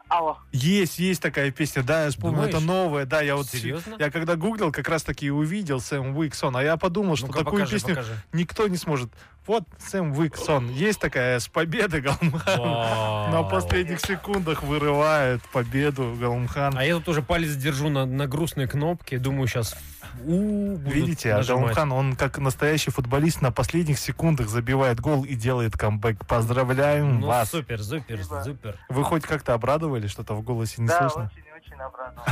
[SPEAKER 6] Алло.
[SPEAKER 4] Есть, есть такая песня, да, я вспомнил, это
[SPEAKER 3] Думаешь?
[SPEAKER 4] новая, да, я вот...
[SPEAKER 3] Серьезно?
[SPEAKER 4] Я когда гуглил, как раз таки и увидел Сэм Уиксон, а я подумал, что
[SPEAKER 3] Ну-ка,
[SPEAKER 4] такую
[SPEAKER 3] покажи,
[SPEAKER 4] песню
[SPEAKER 3] покажи.
[SPEAKER 4] никто не сможет. Вот Сэм Уиксон, есть такая с победы Галмхан.
[SPEAKER 3] Вау.
[SPEAKER 4] На последних секундах вырывает победу Галмхан.
[SPEAKER 3] А я тут уже палец держу на, на грустной кнопке, думаю, сейчас у будут
[SPEAKER 4] Видите, а
[SPEAKER 3] нажимать.
[SPEAKER 4] Галмхан, он как настоящий футболист на последних секундах забивает гол и делает камбэк. Поздравляем
[SPEAKER 3] Ну,
[SPEAKER 4] вас.
[SPEAKER 3] супер, супер,
[SPEAKER 6] Спасибо.
[SPEAKER 3] супер.
[SPEAKER 4] Вы хоть как-то обрадовали, что-то в голосе не
[SPEAKER 6] да,
[SPEAKER 4] слышно?
[SPEAKER 6] очень-очень обрадован.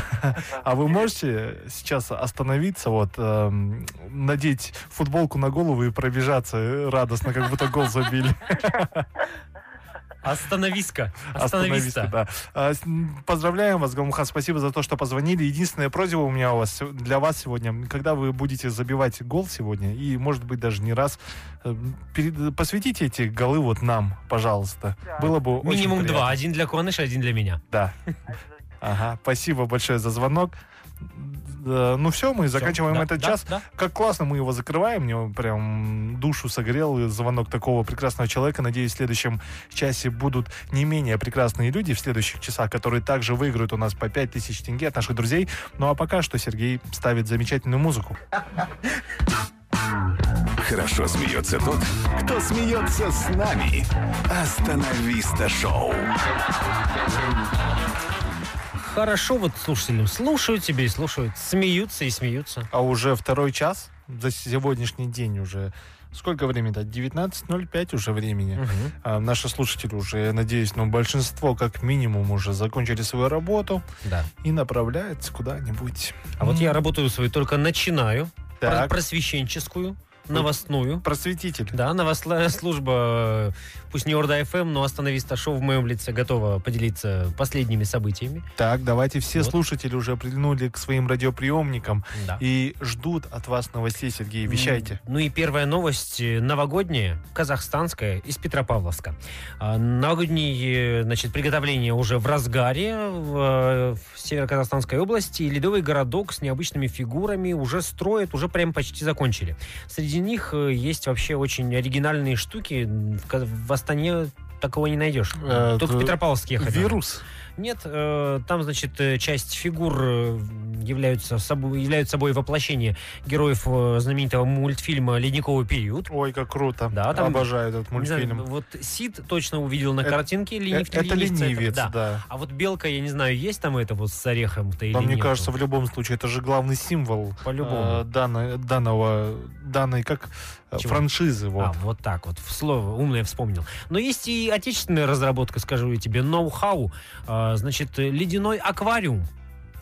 [SPEAKER 4] А вы можете сейчас остановиться, вот, эм, надеть футболку на голову и пробежаться э, радостно, как будто гол забили?
[SPEAKER 3] Остановись-ка.
[SPEAKER 4] Остановись,
[SPEAKER 3] Остановись-то.
[SPEAKER 4] да. А, с- м, Поздравляем вас, Гамухан, спасибо за то, что позвонили. Единственная просьба у меня у вас, сё- для вас сегодня, когда вы будете забивать гол сегодня, и, может быть, даже не раз, э, перед- посвятите эти голы вот нам, пожалуйста.
[SPEAKER 6] Да.
[SPEAKER 4] Было бы очень
[SPEAKER 3] Минимум
[SPEAKER 4] приятно.
[SPEAKER 3] два. Один для Куаныша, один для меня.
[SPEAKER 4] Да. Ага, спасибо большое за звонок. Э, Ну все, мы
[SPEAKER 3] Всё.
[SPEAKER 4] заканчиваем
[SPEAKER 3] Да,
[SPEAKER 4] этот
[SPEAKER 3] да,
[SPEAKER 4] час.
[SPEAKER 3] да.
[SPEAKER 4] Как классно мы его закрываем. Мне прям душу согрел звонок такого прекрасного человека. Надеюсь, в следующем часе будут не менее прекрасные люди в следующих часах, которые также выиграют у нас по 5000 тенге от наших друзей. Ну а пока что Сергей ставит замечательную музыку.
[SPEAKER 2] Хорошо смеется тот, кто смеется с нами. Остановиста шоу.
[SPEAKER 3] Хорошо, вот слушателям слушают тебе и слушают. Смеются и смеются.
[SPEAKER 4] А уже второй час за сегодняшний день уже. Сколько времени? Да, 19.05 уже времени.
[SPEAKER 3] Мгм.
[SPEAKER 4] А, Наши слушатели уже, я надеюсь, ну, большинство как минимум уже закончили свою работу
[SPEAKER 3] Да.
[SPEAKER 4] и направляются куда-нибудь.
[SPEAKER 3] А вот
[SPEAKER 4] М,
[SPEAKER 3] я работаю свою только начинаю. Про-
[SPEAKER 4] так,
[SPEAKER 3] Просвещенческую, новостную.
[SPEAKER 4] просветитель.
[SPEAKER 3] Да, новостная служба, э, пусть не Орда ФМ, но остановись шоу в моем лице готова поделиться последними событиями.
[SPEAKER 4] Так, давайте все
[SPEAKER 3] Вот.
[SPEAKER 4] слушатели уже прильнули к своим радиоприемникам
[SPEAKER 3] Да.
[SPEAKER 4] и ждут от вас новостей, Сергей. Вещайте.
[SPEAKER 3] Ну и первая новость э, новогодняя, казахстанская, из Петропавловска. А, Новогодние, э, значит, приготовления уже в разгаре в, э, в северо-казахстанской области. И ледовый городок с необычными фигурами уже строят, уже прям почти закончили. Среди них э, есть вообще очень оригинальные штуки. В, Ка- в Астане такого не найдешь.
[SPEAKER 4] Э,
[SPEAKER 3] Только в
[SPEAKER 4] э,
[SPEAKER 3] Петропавловск ехать. надо.
[SPEAKER 4] Вирус.
[SPEAKER 3] Нет, э, там, значит, э, часть фигур э, являются собой, являются собой воплощение героев э, знаменитого мультфильма «Ледниковый период».
[SPEAKER 4] Ой, как круто.
[SPEAKER 3] Да, там-
[SPEAKER 4] Обожаю этот
[SPEAKER 3] Не знаю,
[SPEAKER 4] мультфильм.
[SPEAKER 3] вот Сид точно увидел на
[SPEAKER 4] Это-
[SPEAKER 3] картинке ленив-
[SPEAKER 4] Э, это
[SPEAKER 3] ленивца этого,
[SPEAKER 4] ленивец,
[SPEAKER 3] да.
[SPEAKER 4] да.
[SPEAKER 3] А вот белка, я не знаю, есть там это вот с орехом-то или
[SPEAKER 4] Да, мне
[SPEAKER 3] нету?
[SPEAKER 4] кажется, в любом случае, это же главный символ
[SPEAKER 3] По-любому.
[SPEAKER 4] э, данной- данного, данной как э,
[SPEAKER 3] Чего?
[SPEAKER 4] франшизы. Вот.
[SPEAKER 3] А, вот так вот, в слово умное вспомнил. Но есть и отечественная разработка, скажу я тебе, ноу-хау. А, значит, э, ледяной э, аквариум.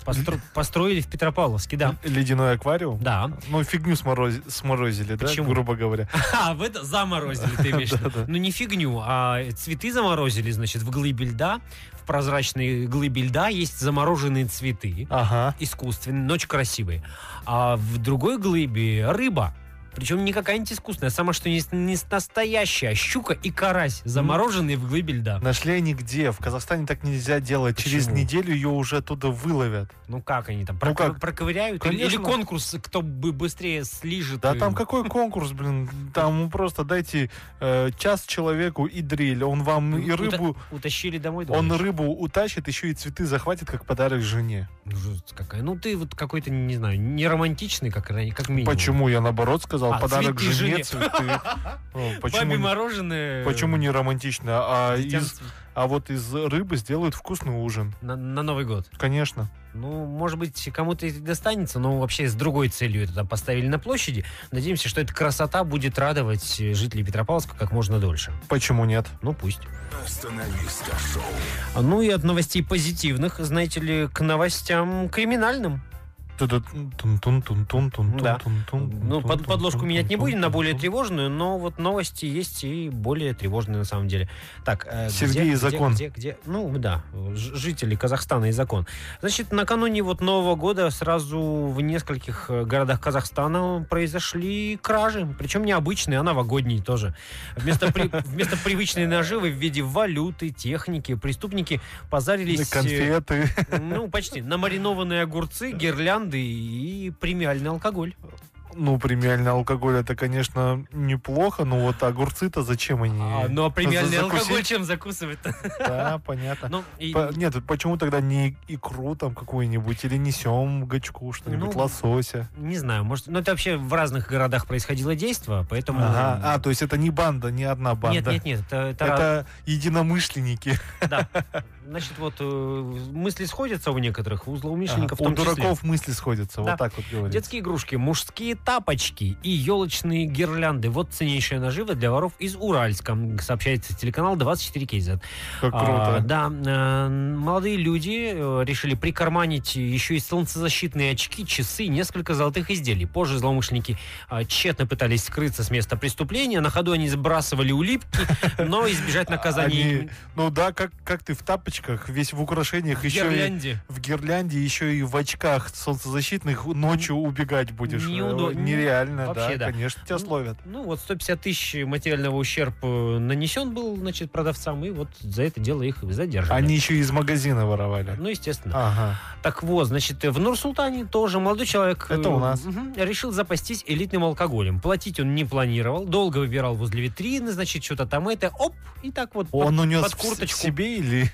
[SPEAKER 3] Постро- Построили в Петропавловске, да.
[SPEAKER 4] Ледяной аквариум?
[SPEAKER 3] Да.
[SPEAKER 4] Ну, фигню сморози- сморозили, да,
[SPEAKER 3] Почему?
[SPEAKER 4] грубо говоря.
[SPEAKER 3] А, в это заморозили, ты имеешь в виду. Ну не фигню, а цветы заморозили, значит, в глыбе льда, в прозрачной глыбе льда есть замороженные цветы,
[SPEAKER 4] Ага.
[SPEAKER 3] искусственные, ночь красивые. А в другой глыбе рыба, причем не какая-нибудь искусственная, а сама что не, не настоящая, а щука и карась, замороженные в глыбе льда.
[SPEAKER 4] Нашли они где? В Казахстане так нельзя делать. Через
[SPEAKER 3] Почему?
[SPEAKER 4] неделю ее уже оттуда выловят.
[SPEAKER 3] Ну как они там,
[SPEAKER 4] Ну
[SPEAKER 3] проков-
[SPEAKER 4] как?
[SPEAKER 3] проковыряют? Или- Или
[SPEAKER 4] Конечно.
[SPEAKER 3] конкурс, кто бы быстрее слижет?
[SPEAKER 4] Да
[SPEAKER 3] э,
[SPEAKER 4] там какой конкурс, блин? Там просто дайте э, час человеку и дрель. Он вам и
[SPEAKER 3] ута-
[SPEAKER 4] рыбу...
[SPEAKER 3] Утащили домой,
[SPEAKER 4] Он
[SPEAKER 3] думаешь?
[SPEAKER 4] рыбу утащит, еще и цветы захватит, как подарок жене.
[SPEAKER 3] Ну, жесть какая. Ну, ты вот какой-то, не знаю, не романтичный, как, ран- как минимум.
[SPEAKER 4] Почему? Я наоборот сказал,
[SPEAKER 3] А,
[SPEAKER 4] подарок
[SPEAKER 3] цветы жене.
[SPEAKER 4] жене, цветы. Ну,
[SPEAKER 3] Бабе
[SPEAKER 4] Почему
[SPEAKER 3] мороженое... э,
[SPEAKER 4] почему не романтично? А,
[SPEAKER 3] детям
[SPEAKER 4] из-
[SPEAKER 3] цвет-
[SPEAKER 4] а вот из рыбы сделают вкусный ужин.
[SPEAKER 3] На, на Новый год.
[SPEAKER 4] Конечно.
[SPEAKER 3] Ну, может быть, кому-то и достанется, но вообще с другой целью это там поставили на площади. Надеемся, что эта красота будет радовать э, жителей Петропавловска как можно дольше.
[SPEAKER 4] Почему нет?
[SPEAKER 3] Ну, пусть.
[SPEAKER 2] Остановиска шоу.
[SPEAKER 3] А, Ну и от новостей позитивных, знаете ли, к новостям криминальным. Да. Ну,
[SPEAKER 4] Ну,
[SPEAKER 3] под, подложку менять не будем на более тревожную, но вот новости есть и более тревожные на самом деле. Так, э, где-
[SPEAKER 4] Сергей
[SPEAKER 3] где,
[SPEAKER 4] Закон.
[SPEAKER 3] Где, где, ну да, ж- жители Казахстана и закон. Значит, накануне вот Нового года сразу в нескольких э, городах Казахстана произошли кражи, причем не обычные, а новогодние тоже. Вместо, при- вместо привычной наживы в виде валюты, техники, преступники позарились... э,
[SPEAKER 4] Конфеты.
[SPEAKER 3] Ну, почти. На маринованные огурцы, гирлянды и премиальный алкоголь.
[SPEAKER 4] Ну, премиальный алкоголь это, конечно, неплохо, но вот огурцы-то зачем они?
[SPEAKER 3] А, ну а премиальный
[SPEAKER 4] Э, За- закусить?
[SPEAKER 3] алкоголь чем закусывать-то?
[SPEAKER 4] Да, понятно.
[SPEAKER 3] Ну, и-
[SPEAKER 4] По- Нет, почему тогда не икру там какую-нибудь, или несем гачку, что-нибудь,
[SPEAKER 3] Ну,
[SPEAKER 4] лосося?
[SPEAKER 3] не знаю, может, ну это вообще в разных городах происходило действо, поэтому...
[SPEAKER 4] Ага. А, то есть это не банда, не одна банда.
[SPEAKER 3] Нет, нет, нет, это, это
[SPEAKER 4] Это единомышленники.
[SPEAKER 3] раз- да. Значит, вот э, мысли сходятся у некоторых, у злоумышленников
[SPEAKER 4] Ага,
[SPEAKER 3] в
[SPEAKER 4] У
[SPEAKER 3] том числе.
[SPEAKER 4] дураков мысли сходятся,
[SPEAKER 3] Да.
[SPEAKER 4] вот так вот говорится.
[SPEAKER 3] Детские игрушки, мужские тапочки и елочные гирлянды. Вот ценнейшая нажива для воров из Уральска, м, сообщает телеканал 24 Кейзет.
[SPEAKER 4] Как
[SPEAKER 3] А,
[SPEAKER 4] круто.
[SPEAKER 3] да, э, молодые люди э, решили прикарманить еще и солнцезащитные очки, часы, и несколько золотых изделий. Позже злоумышленники э, тщетно пытались скрыться с места преступления. На ходу они сбрасывали улипки, но избежать наказания
[SPEAKER 4] Они- Ну да, как, как ты в тапочках, весь в украшениях,
[SPEAKER 3] в
[SPEAKER 4] еще и
[SPEAKER 3] Гирлянде.
[SPEAKER 4] в гирлянде, еще и в очках солнцезащитных ночью убегать будешь.
[SPEAKER 3] неудо-
[SPEAKER 4] Э, Нереально,
[SPEAKER 3] Вообще,
[SPEAKER 4] да,
[SPEAKER 3] да.
[SPEAKER 4] конечно, тебя
[SPEAKER 3] Ну,
[SPEAKER 4] словят.
[SPEAKER 3] Ну вот 150 тысяч материального ущерб э, нанесен был, значит, продавцам, и вот за это дело их и задержали.
[SPEAKER 4] Они еще и из магазина воровали.
[SPEAKER 3] Ну, естественно.
[SPEAKER 4] Ага.
[SPEAKER 3] Так вот, значит, в Нур-Султане тоже молодой человек
[SPEAKER 4] Это у
[SPEAKER 3] э,
[SPEAKER 4] нас.
[SPEAKER 3] мгм, решил запастись элитным алкоголем. Платить он не планировал, долго выбирал возле витрины, значит, что-то там это, оп, и так вот. под-
[SPEAKER 4] Он унес
[SPEAKER 3] под
[SPEAKER 4] в с-
[SPEAKER 3] курточку.
[SPEAKER 4] себе или...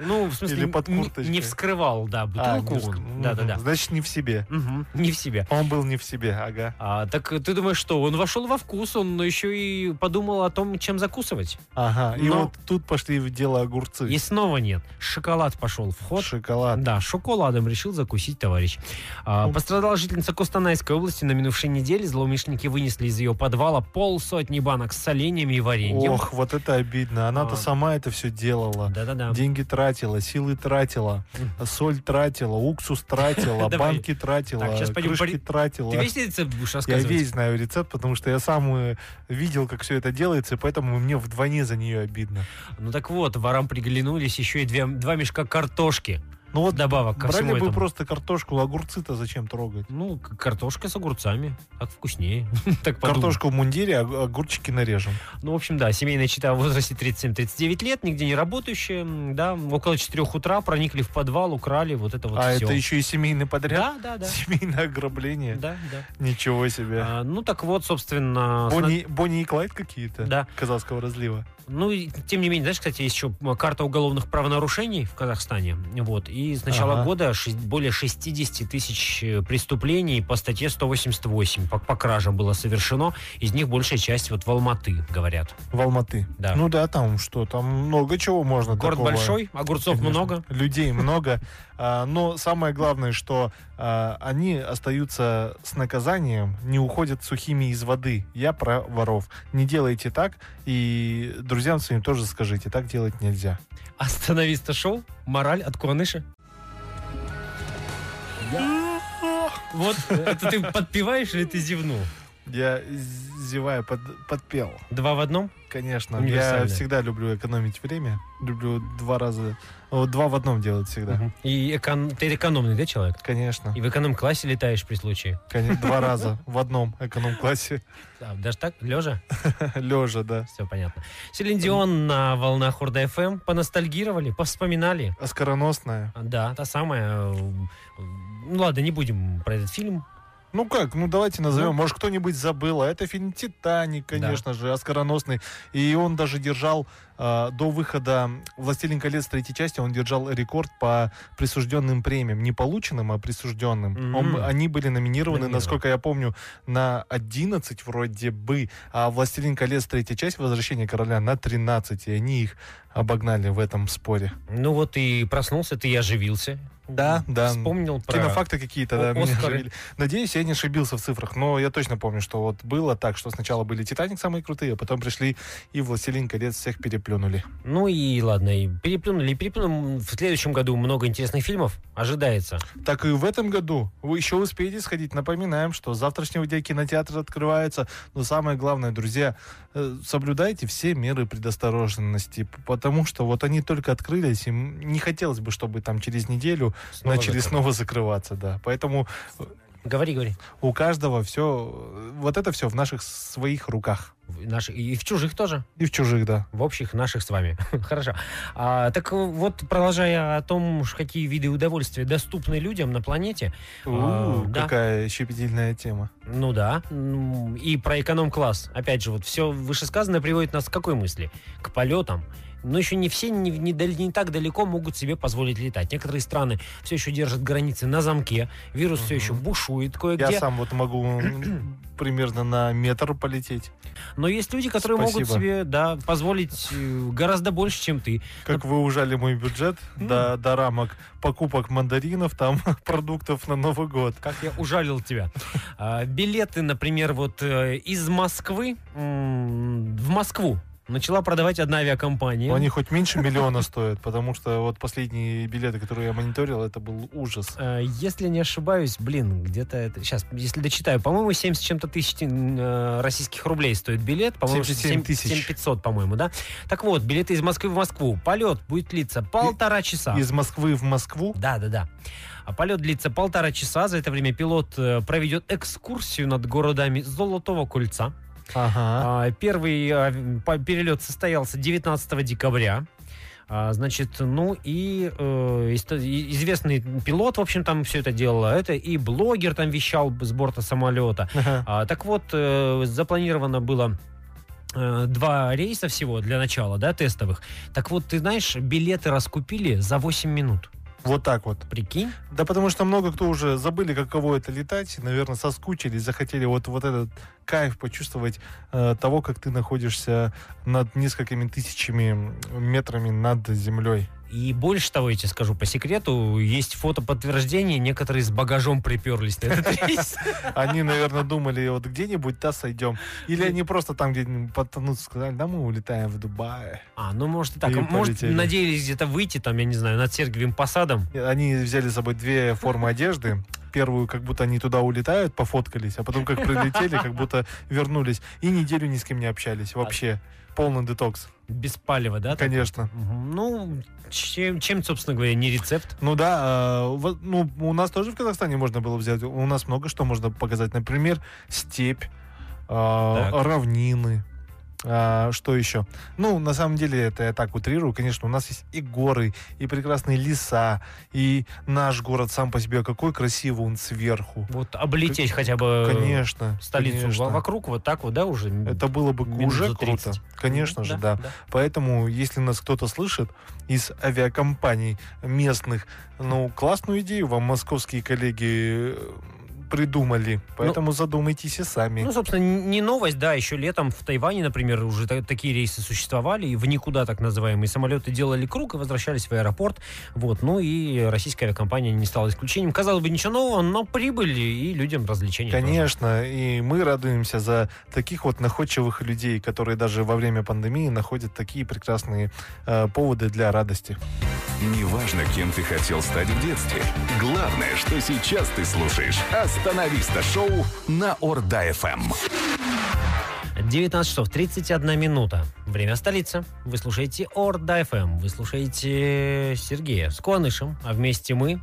[SPEAKER 3] ну, в смысле,
[SPEAKER 4] или под
[SPEAKER 3] не- не,
[SPEAKER 4] курточкой.
[SPEAKER 3] вскрывал, да,
[SPEAKER 4] А,
[SPEAKER 3] бутылку.
[SPEAKER 4] не вс-
[SPEAKER 3] он. Да-да-да. Ну.
[SPEAKER 4] Мгм. Значит, не в себе.
[SPEAKER 3] Мгм, не в себя.
[SPEAKER 4] Он был не в себе, ага.
[SPEAKER 3] А, так э, ты думаешь, что он вошел во вкус, он еще и подумал о том, чем закусывать.
[SPEAKER 4] Ага. И
[SPEAKER 3] Но-
[SPEAKER 4] вот тут пошли в дело огурцы.
[SPEAKER 3] И снова нет. Шоколад пошел в ход.
[SPEAKER 4] Шоколад.
[SPEAKER 3] Да, шоколадом решил закусить товарищ. А, пострадала жительница Костанайской области. На минувшей неделе злоумышленники вынесли из ее подвала полсотни банок с соленьями и вареньем.
[SPEAKER 4] Ох, вот это обидно. Она-то
[SPEAKER 3] А.
[SPEAKER 4] сама это все делала.
[SPEAKER 3] Да-да-да.
[SPEAKER 4] Деньги тратила, силы тратила, соль тратила, уксус тратила,
[SPEAKER 3] Давай.
[SPEAKER 4] банки тратила,
[SPEAKER 3] Так, щас пойдем
[SPEAKER 4] крышки
[SPEAKER 3] по-
[SPEAKER 4] тратила.
[SPEAKER 3] Ты весь рецепт будешь
[SPEAKER 4] Я
[SPEAKER 3] рассказывать?
[SPEAKER 4] весь знаю рецепт, потому что я сам э, видел, как все это делается, и поэтому мне вдвойне за нее обидно.
[SPEAKER 3] Ну так вот, ворам приглянулись еще и две- два мешка картошки.
[SPEAKER 4] Ну вот
[SPEAKER 3] Добавок а ко
[SPEAKER 4] брали
[SPEAKER 3] всему
[SPEAKER 4] бы
[SPEAKER 3] этому.
[SPEAKER 4] просто картошку, огурцы-то зачем трогать?
[SPEAKER 3] Ну, к- картошка с огурцами. Так вкуснее. так подумал.
[SPEAKER 4] Картошку в мундире, а огурчики нарежем.
[SPEAKER 3] Ну, в общем, да, семейная чита в возрасте 37-39 лет, нигде не работающая. м, Да, около 4 утра проникли в подвал, украли вот это вот
[SPEAKER 4] а
[SPEAKER 3] все.
[SPEAKER 4] это еще и семейный подряд?
[SPEAKER 3] Да, да, да.
[SPEAKER 4] Семейное ограбление?
[SPEAKER 3] Да, да.
[SPEAKER 4] Ничего себе.
[SPEAKER 3] А, ну так вот, собственно, сна-
[SPEAKER 4] Бонни, Бонни и Клайд какие-то?
[SPEAKER 3] Да.
[SPEAKER 4] Казахского разлива.
[SPEAKER 3] ну и тем не менее, знаешь, кстати, есть еще м, карта уголовных правонарушений в Казахстане, вот, и с начала
[SPEAKER 4] Ага.
[SPEAKER 3] года шесть- более 60 тысяч э, преступлений по статье 188 по, по кражам было совершено, из них большая часть вот в Алматы, говорят.
[SPEAKER 4] В Алматы.
[SPEAKER 3] Да.
[SPEAKER 4] Ну да, там что, там много чего можно
[SPEAKER 3] Город
[SPEAKER 4] такого.
[SPEAKER 3] большой, огурцов
[SPEAKER 4] Конечно.
[SPEAKER 3] много.
[SPEAKER 4] Людей много. А, Но самое главное, что а, они остаются с наказанием, не уходят сухими из воды. Я про воров. Не делайте так, и друзьям своим тоже скажите, так
[SPEAKER 3] а
[SPEAKER 4] делать нельзя.
[SPEAKER 3] Остановиста шоу, мораль от Куаныша. Вот это ты подпеваешь или ты зевнул?
[SPEAKER 4] Я зевая под- подпел.
[SPEAKER 3] Два в одном?
[SPEAKER 4] Конечно. Я
[SPEAKER 3] Универсально.
[SPEAKER 4] всегда люблю экономить время. Люблю два раза... вот два в одном делать всегда.
[SPEAKER 3] Мгм. И экон- ты экономный, да, человек?
[SPEAKER 4] Конечно.
[SPEAKER 3] И в эконом-классе летаешь при случае.
[SPEAKER 4] Коне- Два раза в одном эконом-классе.
[SPEAKER 3] А, даже так, лежа?
[SPEAKER 4] Лежа, да.
[SPEAKER 3] Все понятно. Селин Дион на волнах Урда ФМ поностальгировали, повспоминали.
[SPEAKER 4] Оскароносная.
[SPEAKER 3] А, Да, та самая. э, э, Ну ладно, не будем про этот фильм.
[SPEAKER 4] Ну как, ну давайте назовем.
[SPEAKER 3] Ну.
[SPEAKER 4] Может, кто-нибудь забыл. А это фильм «Титаник», конечно же, оскароносный. И он даже держал а, до выхода «Властелин колец» третьей части, он держал рекорд по присужденным премиям. Не полученным, а присужденным.
[SPEAKER 3] Мгм.
[SPEAKER 4] Он- они были номинированы,
[SPEAKER 3] Номинированы.
[SPEAKER 4] насколько я помню, на 11 вроде бы, а «Властелин колец» третья часть «Возвращение короля» на 13. И они их обогнали в этом споре.
[SPEAKER 3] Ну вот и проснулся, ты и оживился.
[SPEAKER 4] Да, да.
[SPEAKER 3] Вспомнил про...
[SPEAKER 4] Кинофакты какие-то, да,
[SPEAKER 3] О-
[SPEAKER 4] меня
[SPEAKER 3] Оскары.
[SPEAKER 4] оживили. Надеюсь, я не ошибился в цифрах, но я точно помню, что вот было так, что сначала были «Титаник» самые крутые, а потом пришли и «Властелин колец» всех переплюнули.
[SPEAKER 3] Ну и ладно, и переплюнули, и переплюнули. В следующем году много интересных фильмов ожидается.
[SPEAKER 4] Так и в этом году вы еще успеете сходить. Напоминаем, что с завтрашнего дня кинотеатр открывается. Но самое главное, друзья, э, соблюдайте все меры предосторожности, п- потому что вот они только открылись, и м, не хотелось бы, чтобы там через неделю
[SPEAKER 3] Снова
[SPEAKER 4] начали
[SPEAKER 3] закрыли.
[SPEAKER 4] снова закрываться, да. Поэтому
[SPEAKER 3] Говори, говори.
[SPEAKER 4] у каждого все, вот это все в наших своих руках.
[SPEAKER 3] В наших- и в чужих тоже.
[SPEAKER 4] И в чужих, да.
[SPEAKER 3] в общих наших с вами. Хорошо. А, так вот, продолжая о том, уж какие виды удовольствия доступны людям на планете. а,
[SPEAKER 4] У,
[SPEAKER 3] да.
[SPEAKER 4] Какая щепетильная тема.
[SPEAKER 3] Ну да. М, И про эконом-класс. Опять же, вот все вышесказанное приводит нас к какой мысли? К полетам. Но еще не все не, не даль- не так далеко могут себе позволить летать. Некоторые страны все еще держат границы на замке. Вирус все
[SPEAKER 4] Мгм.
[SPEAKER 3] еще бушует
[SPEAKER 4] Я
[SPEAKER 3] кое-где.
[SPEAKER 4] сам вот могу м, примерно на метр полететь.
[SPEAKER 3] Но есть люди, которые могут
[SPEAKER 4] Спасибо.
[SPEAKER 3] себе да, позволить э, гораздо больше, чем ты.
[SPEAKER 4] Как вы ужали мой бюджет до, до рамок покупок мандаринов, там, продуктов на Новый год.
[SPEAKER 3] Как я ужалил тебя. А, Билеты, например, вот э, из Москвы м, в Москву начала продавать одна авиакомпания.
[SPEAKER 4] Но они хоть меньше миллиона стоят, потому что вот последние билеты, которые я мониторил, это был ужас.
[SPEAKER 3] Э, Если не ошибаюсь, блин, где-то это... Сейчас, если дочитаю, по-моему, 70 с чем-то тысяч э, российских рублей стоит билет. По-моему,
[SPEAKER 4] 77 тысяч.
[SPEAKER 3] 7500, по-моему, да? Так вот, билеты из Москвы в Москву. Полет будет длиться полтора часа.
[SPEAKER 4] Из Москвы в Москву.
[SPEAKER 3] Да, да, да. А полет длится полтора часа. За это время пилот э, проведет экскурсию над городами Золотого Кольца,
[SPEAKER 4] Ага.
[SPEAKER 3] А, Первый а, в- по- перелет состоялся 19 декабря. А, Значит, ну и э, исто- и- известный пилот, в общем, там все это делал. Это и блогер там вещал с борта самолета.
[SPEAKER 4] Ага.
[SPEAKER 3] А, Так вот, э, запланировано было э, два рейса всего для начала, да, тестовых. Так вот, ты знаешь, билеты раскупили за 8 минут.
[SPEAKER 4] Вот так вот.
[SPEAKER 3] Прикинь?
[SPEAKER 4] Да потому что много кто уже забыли, каково это летать, и, наверное, соскучились, захотели вот, вот этот кайф почувствовать э, того, как ты находишься над несколькими тысячами метрами над землей.
[SPEAKER 3] И больше того, я тебе скажу по секрету, есть фото подтверждение, некоторые с багажом приперлись на этот рейс.
[SPEAKER 4] Они, наверное, думали, вот где-нибудь, да, сойдем. Или они просто там где-нибудь потонут, сказали, да, мы улетаем в Дубае.
[SPEAKER 3] А, ну может и так.
[SPEAKER 4] И
[SPEAKER 3] может,
[SPEAKER 4] полетели.
[SPEAKER 3] надеялись где-то выйти, там, я не знаю, над Сергиевым посадом.
[SPEAKER 4] И Они взяли с собой две формы одежды. Первую, как будто они туда улетают, пофоткались, а потом, как прилетели, как будто вернулись. И неделю ни с кем не общались вообще. Полный детокс,
[SPEAKER 3] Без палева, да? там?
[SPEAKER 4] конечно.
[SPEAKER 3] Мгм. Ну, чем, чем, собственно говоря, не рецепт?
[SPEAKER 4] Ну да, э, вот, ну, у нас тоже в Казахстане можно было взять. У нас много что можно показать. Например, степь, э, равнины. А, что еще? Ну, на самом деле, это я так утрирую. Конечно, у нас есть и горы, и прекрасные леса, и наш город сам по себе какой красивый он сверху.
[SPEAKER 3] Вот облететь хотя бы
[SPEAKER 4] Конечно.
[SPEAKER 3] Э, столицу
[SPEAKER 4] конечно.
[SPEAKER 3] во- вокруг, вот так вот, да, уже?
[SPEAKER 4] Это было бы
[SPEAKER 3] Минут
[SPEAKER 4] уже
[SPEAKER 3] за
[SPEAKER 4] круто.
[SPEAKER 3] 30.
[SPEAKER 4] Конечно же, да.
[SPEAKER 3] да.
[SPEAKER 4] Поэтому, если нас кто-то слышит из авиакомпаний местных, ну, классную идею вам московские коллеги э, придумали. Поэтому задумайтесь и сами.
[SPEAKER 3] Ну, собственно, н- не новость, да, еще летом в Тайване, например, уже та- такие рейсы существовали, и в никуда так называемые самолеты делали круг и возвращались в аэропорт, вот, ну и российская авиакомпания не стала исключением. Казалось бы, ничего нового, но прибыли и людям развлечения. тоже.
[SPEAKER 4] Конечно, и мы радуемся за таких вот находчивых людей, которые даже во время пандемии находят такие прекрасные э, поводы для радости.
[SPEAKER 2] Неважно, кем ты хотел стать в детстве. Главное, что сейчас ты слушаешь «Остановиста» шоу на Орда-ФМ.
[SPEAKER 3] 19 часов 31 минута. Время столицы. Вы слушаете Орда ФМ. Вы слушаете Сергея с Куанышем. А вместе мы...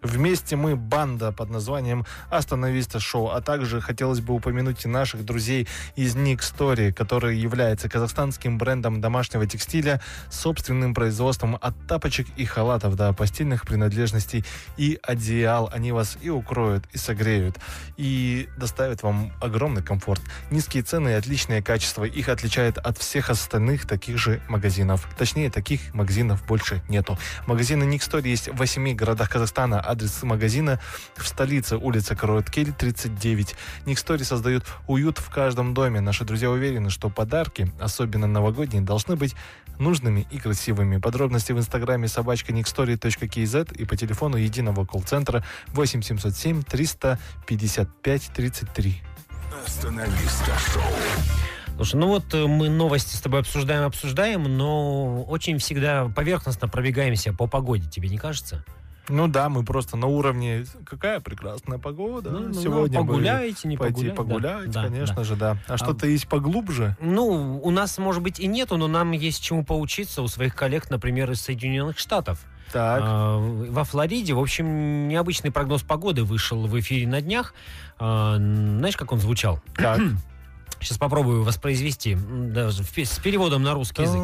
[SPEAKER 4] Вместе мы банда под названием «Остановиста шоу», а также хотелось бы упомянуть и наших друзей из Ник Story, который является казахстанским брендом домашнего текстиля с собственным производством от тапочек и халатов до постельных принадлежностей и одеял. Они вас и укроют, и согреют, и доставят вам огромный комфорт. Низкие цены и отличное качество их отличает от всех остальных таких же магазинов. Точнее, таких магазинов больше нету. Магазины Никстори есть в 8 городах Казахстана. Адрес магазина в столице, улица Короткель, 39. Никстори создают уют в каждом доме. Наши друзья уверены, что подарки, особенно новогодние, должны быть нужными и красивыми. Подробности в инстаграме собачка никстори.кз и по телефону единого колл-центра 8707 355 33.
[SPEAKER 2] «Остановиста» шоу.
[SPEAKER 3] Слушай, ну вот э, мы новости с тобой обсуждаем, обсуждаем, но очень всегда поверхностно пробегаемся по погоде, тебе не кажется?
[SPEAKER 4] Ну да, мы просто на уровне какая прекрасная погода.
[SPEAKER 3] Ну, ну,
[SPEAKER 4] Сегодня
[SPEAKER 3] ну,
[SPEAKER 4] бы
[SPEAKER 3] погуляете, не
[SPEAKER 4] пойти
[SPEAKER 3] погуляете.
[SPEAKER 4] погулять,
[SPEAKER 3] да, да,
[SPEAKER 4] конечно
[SPEAKER 3] да.
[SPEAKER 4] же, да. А, что-то есть поглубже?
[SPEAKER 3] Ну, у нас, может быть, и нету, но нам есть чему поучиться у своих коллег, например, из Соединенных Штатов.
[SPEAKER 4] Так.
[SPEAKER 3] А, Во Флориде, в общем, необычный прогноз погоды вышел в эфире на днях. А, Знаешь, как он звучал?
[SPEAKER 4] Как?
[SPEAKER 3] Сейчас попробую воспроизвести м, даже в пе- с переводом на русский язык.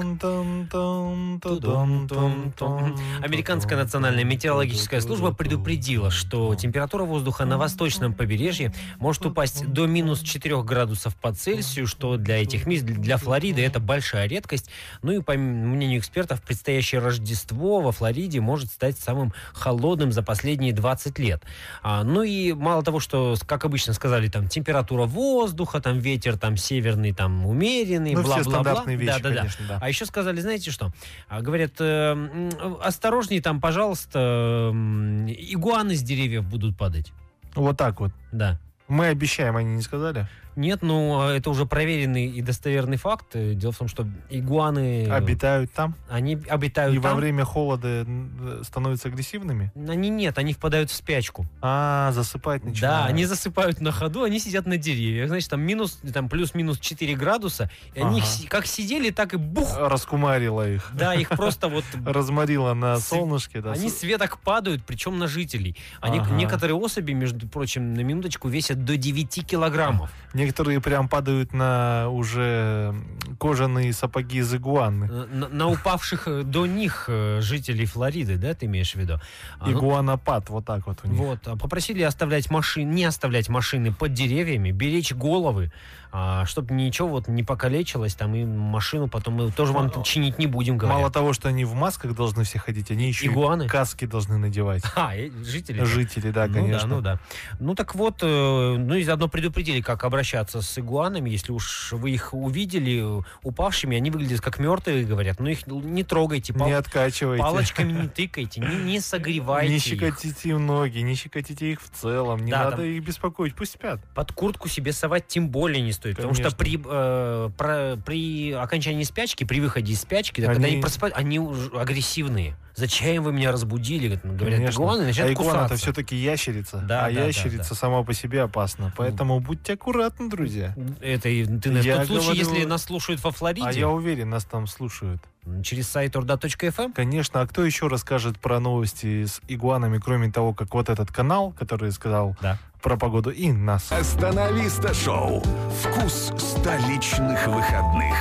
[SPEAKER 3] Американская национальная метеорологическая служба предупредила, что температура воздуха на восточном побережье может упасть до минус 4 градусов по Цельсию, что для этих мест, для Флориды, это большая редкость. Ну и по мнению экспертов, предстоящее Рождество во Флориде может стать самым холодным за последние 20 лет. А, ну и мало того, что, как обычно сказали, там температура воздуха, там ветер, там северный, там умеренный,
[SPEAKER 4] Ну, все
[SPEAKER 3] бла-бла-бла.
[SPEAKER 4] стандартные вещи,
[SPEAKER 3] Да-да-да.
[SPEAKER 4] конечно, да.
[SPEAKER 3] А еще сказали, знаете что? А, Говорят, э, м, осторожней там, пожалуйста, э, м, игуаны с деревьев будут падать.
[SPEAKER 4] Вот так вот.
[SPEAKER 3] Да.
[SPEAKER 4] Мы обещаем, они не сказали?
[SPEAKER 3] Нет, ну а это уже проверенный и достоверный факт. Э, Дело в том, что игуаны, э,
[SPEAKER 4] Обитают там.
[SPEAKER 3] они обитают
[SPEAKER 4] И во
[SPEAKER 3] там.
[SPEAKER 4] время холода м, э, становятся агрессивными.
[SPEAKER 3] Они нет, они впадают в спячку.
[SPEAKER 4] А, засыпать
[SPEAKER 3] Да,
[SPEAKER 4] начинают.
[SPEAKER 3] они засыпают на ходу, они сидят на деревьях. Значит, там минус, там плюс-минус 4 градуса. И они
[SPEAKER 4] Ага.
[SPEAKER 3] си- как сидели, так и бух.
[SPEAKER 4] Раскумарила их.
[SPEAKER 3] Да, их просто вот
[SPEAKER 4] Разморила на
[SPEAKER 3] Сы-
[SPEAKER 4] солнышке. да,
[SPEAKER 3] Они
[SPEAKER 4] с-
[SPEAKER 3] с веток падают, причем на жителей. Они,
[SPEAKER 4] Ага.
[SPEAKER 3] Некоторые особи, между прочим, на минуточку весят до 9 килограммов.
[SPEAKER 4] Некоторые прям падают на уже кожаные сапоги из игуаны.
[SPEAKER 3] Э, На, на упавших э, до них э, жителей Флориды, да, ты имеешь в виду? А, ну,
[SPEAKER 4] Игуанопад, вот так вот у них.
[SPEAKER 3] Вот, а попросили оставлять машины, не оставлять машины под деревьями, беречь головы, чтобы ничего вот не покалечилось, там и машину потом мы тоже вам чинить не будем, говорят.
[SPEAKER 4] Мало того, что они в масках должны все ходить, они еще
[SPEAKER 3] Игуаны?
[SPEAKER 4] и каски должны надевать.
[SPEAKER 3] А, э, жители.
[SPEAKER 4] Жители, да,
[SPEAKER 3] Ну
[SPEAKER 4] конечно.
[SPEAKER 3] Ну да, ну да. Ну так вот, э, ну и заодно предупредили, как обращаться с игуанами. Если уж вы их увидели э, упавшими, они выглядят как мертвые, говорят. Ну их не трогайте, пал-
[SPEAKER 4] Не откачивайте.
[SPEAKER 3] палочками не тыкайте, не, не согревайте
[SPEAKER 4] Не
[SPEAKER 3] их.
[SPEAKER 4] щекотите им ноги, не щекотите их в целом, не
[SPEAKER 3] Да,
[SPEAKER 4] надо
[SPEAKER 3] там-
[SPEAKER 4] их беспокоить, пусть спят.
[SPEAKER 3] Под куртку себе совать тем более не стоит. Потому что при,
[SPEAKER 4] Конечно.
[SPEAKER 3] э, про- при окончании спячки, при выходе из спячки, да, когда
[SPEAKER 4] Они-
[SPEAKER 3] они просыпаются, они уже агрессивные. Зачем вы меня разбудили? Говорят,
[SPEAKER 4] Конечно.
[SPEAKER 3] игуаны
[SPEAKER 4] а
[SPEAKER 3] начинают
[SPEAKER 4] игуана это
[SPEAKER 3] кусаться.
[SPEAKER 4] все-таки ящерица,
[SPEAKER 3] Да,
[SPEAKER 4] а
[SPEAKER 3] да, да,
[SPEAKER 4] ящерица
[SPEAKER 3] да. Ну.
[SPEAKER 4] сама по себе опасна, поэтому будьте аккуратны, друзья.
[SPEAKER 3] Это и- ты на
[SPEAKER 4] Я
[SPEAKER 3] тот случай,
[SPEAKER 4] говорю-
[SPEAKER 3] если нас слушают во Флориде.
[SPEAKER 4] А я уверен, нас там слушают.
[SPEAKER 3] через сайт orda.fm.
[SPEAKER 4] Конечно, а кто еще расскажет про новости с игуанами, кроме того, как вот этот канал, который сказал
[SPEAKER 3] Да.
[SPEAKER 4] про погоду, и нас.
[SPEAKER 2] «Остановиста» шоу. Вкус столичных выходных.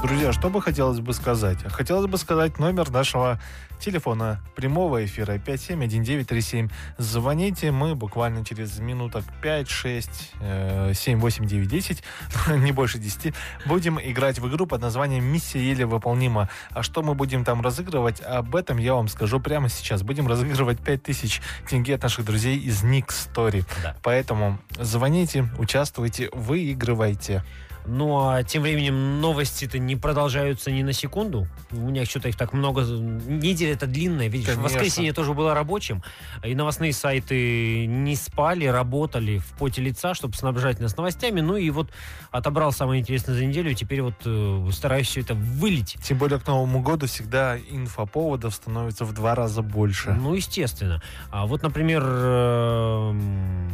[SPEAKER 4] Друзья, что бы хотелось бы сказать? Хотелось бы сказать номер нашего телефона прямого эфира 571937. Звоните, мы буквально через минуток 5, 6, э, 7, 8, 9, 10, не больше 10, будем играть в игру под названием «Миссия еле выполнима». А что мы будем там разыгрывать, об этом я вам скажу прямо сейчас. Будем разыгрывать 5000 тенге от наших друзей из Ник Story.
[SPEAKER 3] Да.
[SPEAKER 4] Поэтому звоните, участвуйте, выигрывайте.
[SPEAKER 3] Ну а тем временем новости-то не продолжаются ни на секунду. У меня что-то их так много. Неделя это длинная, видишь.
[SPEAKER 4] Конечно.
[SPEAKER 3] Воскресенье тоже было рабочим. И новостные сайты не спали, работали в поте лица, чтобы снабжать нас новостями. Ну и вот отобрал самое интересное за неделю. И теперь вот э, стараюсь все это вылить.
[SPEAKER 4] Тем более к Новому году всегда инфоповодов становится в два раза больше.
[SPEAKER 3] Ну, естественно. А вот, например, эм,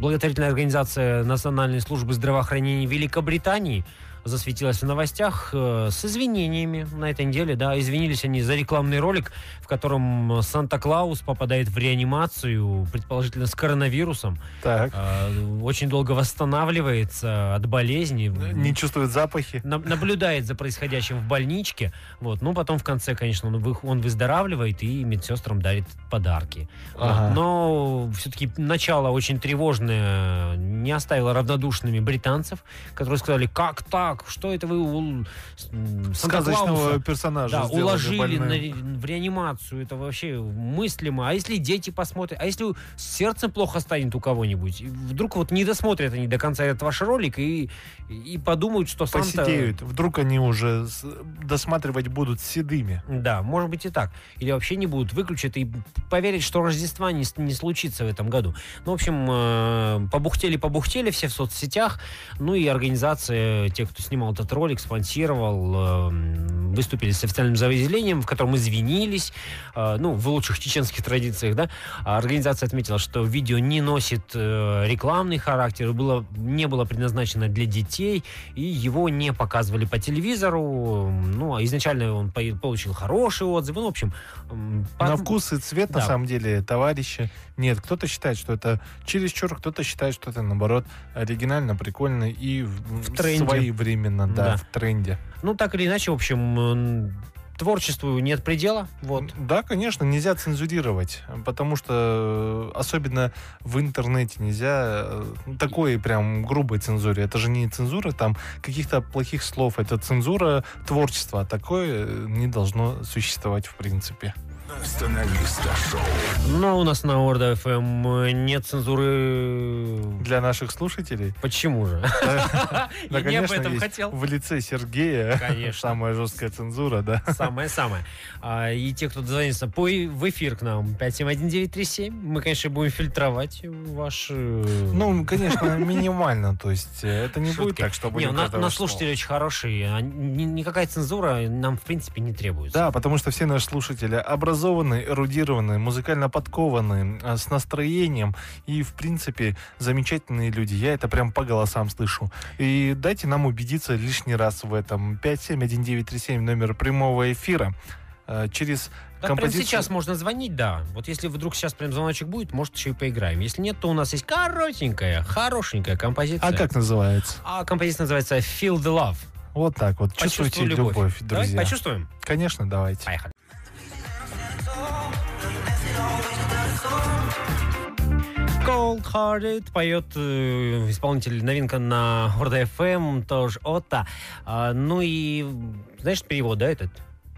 [SPEAKER 3] благотворительная организация Национальной службы здравоохранения Великобритании засветилась в новостях э, с извинениями на этой неделе. Да, извинились они за рекламный ролик, в котором Санта-Клаус попадает в реанимацию, предположительно с коронавирусом.
[SPEAKER 4] Так.
[SPEAKER 3] Э, очень долго восстанавливается от болезни.
[SPEAKER 4] Не чувствуют запахи.
[SPEAKER 3] На- наблюдает за происходящим в больничке. Вот. Ну, потом в конце, конечно, он, вы- он выздоравливает и медсестрам дарит подарки.
[SPEAKER 4] Ага.
[SPEAKER 3] Вот. Но все-таки начало очень тревожное не оставило равнодушными британцев, которые сказали, как так? Что это вы у
[SPEAKER 4] Ну, Сказочного персонажа
[SPEAKER 3] да,
[SPEAKER 4] сделали
[SPEAKER 3] уложили
[SPEAKER 4] больным.
[SPEAKER 3] на ре- в реанимацию, это вообще мыслимо. А если дети посмотрят, а если с сердцем плохо станет у кого-нибудь, И вдруг вот не досмотрят они до конца этот ваш ролик и, и подумают, что Санта...
[SPEAKER 4] Посидеют. Вдруг они уже с- досматривать будут седыми.
[SPEAKER 3] Да, может быть и так. Или вообще не будут выключат и поверят, что Рождества не, с- не случится в этом году. Ну, в общем, э, побухтели-побухтели все в соцсетях. Ну и организация, те, кто снимал этот ролик, спонсировал, э, м, выступили с официальным заявлением, в котором извинились. э, ну, в лучших чеченских традициях, да. А Организация отметила, что видео не носит э, рекламный характер, было, не было предназначено для детей и его не показывали по телевизору. Ну, а изначально он по- получил хорошие отзывы. Ну, в общем, м, по-
[SPEAKER 4] На вкус и цвет, на
[SPEAKER 3] Да.
[SPEAKER 4] самом деле, товарищи. Нет, кто-то считает, что это чересчур, кто-то считает, что это, наоборот, оригинально, прикольно и в,
[SPEAKER 3] В тренде.
[SPEAKER 4] своевременно, да,
[SPEAKER 3] Да.
[SPEAKER 4] в тренде.
[SPEAKER 3] Ну, так или иначе, в общем, м, творчеству нет предела. Вот.
[SPEAKER 4] Да, конечно, нельзя цензурировать, потому что э, особенно в интернете нельзя э, такой прям грубой цензуре. Это же не цензура там каких-то плохих слов, это цензура творчества, а такое э, не должно существовать в принципе.
[SPEAKER 2] Остановиста шоу.
[SPEAKER 3] Но у нас на Орда ФМ нет цензуры.
[SPEAKER 4] Для наших слушателей,
[SPEAKER 3] Почему же?
[SPEAKER 4] да,
[SPEAKER 3] Я не об
[SPEAKER 4] конечно,
[SPEAKER 3] этом
[SPEAKER 4] есть.
[SPEAKER 3] хотел.
[SPEAKER 4] в лице Сергея
[SPEAKER 3] Конечно.
[SPEAKER 4] самая жесткая цензура, да.
[SPEAKER 3] Самое-самое. А, и те, кто дозвонится по и- в эфир к нам 571-937, мы, конечно, будем фильтровать ваши...
[SPEAKER 4] Ну, конечно, минимально, то есть э, это не будет
[SPEAKER 3] Шутки.
[SPEAKER 4] так, чтобы...
[SPEAKER 3] Не,
[SPEAKER 4] у
[SPEAKER 3] у нас,
[SPEAKER 4] каждого
[SPEAKER 3] нас
[SPEAKER 4] шло.
[SPEAKER 3] слушатели очень хорошие. а ни- никакая цензура нам, в принципе, не требуется.
[SPEAKER 4] Да, потому что все наши слушатели образованные, эрудированные, музыкально подкованные, а, с настроением и, в принципе, замечательные люди. Я это прям по голосам слышу. И дайте нам убедиться лишний раз в этом. 571-937, номер прямого эфира. Э, Через
[SPEAKER 3] Так прямо сейчас можно звонить, да. Вот если вдруг сейчас прям звоночек будет, может, еще и поиграем. Если нет, то у нас есть коротенькая, хорошенькая композиция.
[SPEAKER 4] А как называется?
[SPEAKER 3] А композиция называется «Feel the Love».
[SPEAKER 4] Вот так вот. Чувствуйте
[SPEAKER 3] Почувствуй
[SPEAKER 4] любовь,
[SPEAKER 3] Давайте
[SPEAKER 4] друзья.
[SPEAKER 3] почувствуем.
[SPEAKER 4] Конечно, давайте.
[SPEAKER 3] Поехали. Cold Hearted поет э, исполнитель новинка на Орда FM, тоже Отто. А, ну и знаешь перевод, да, этот?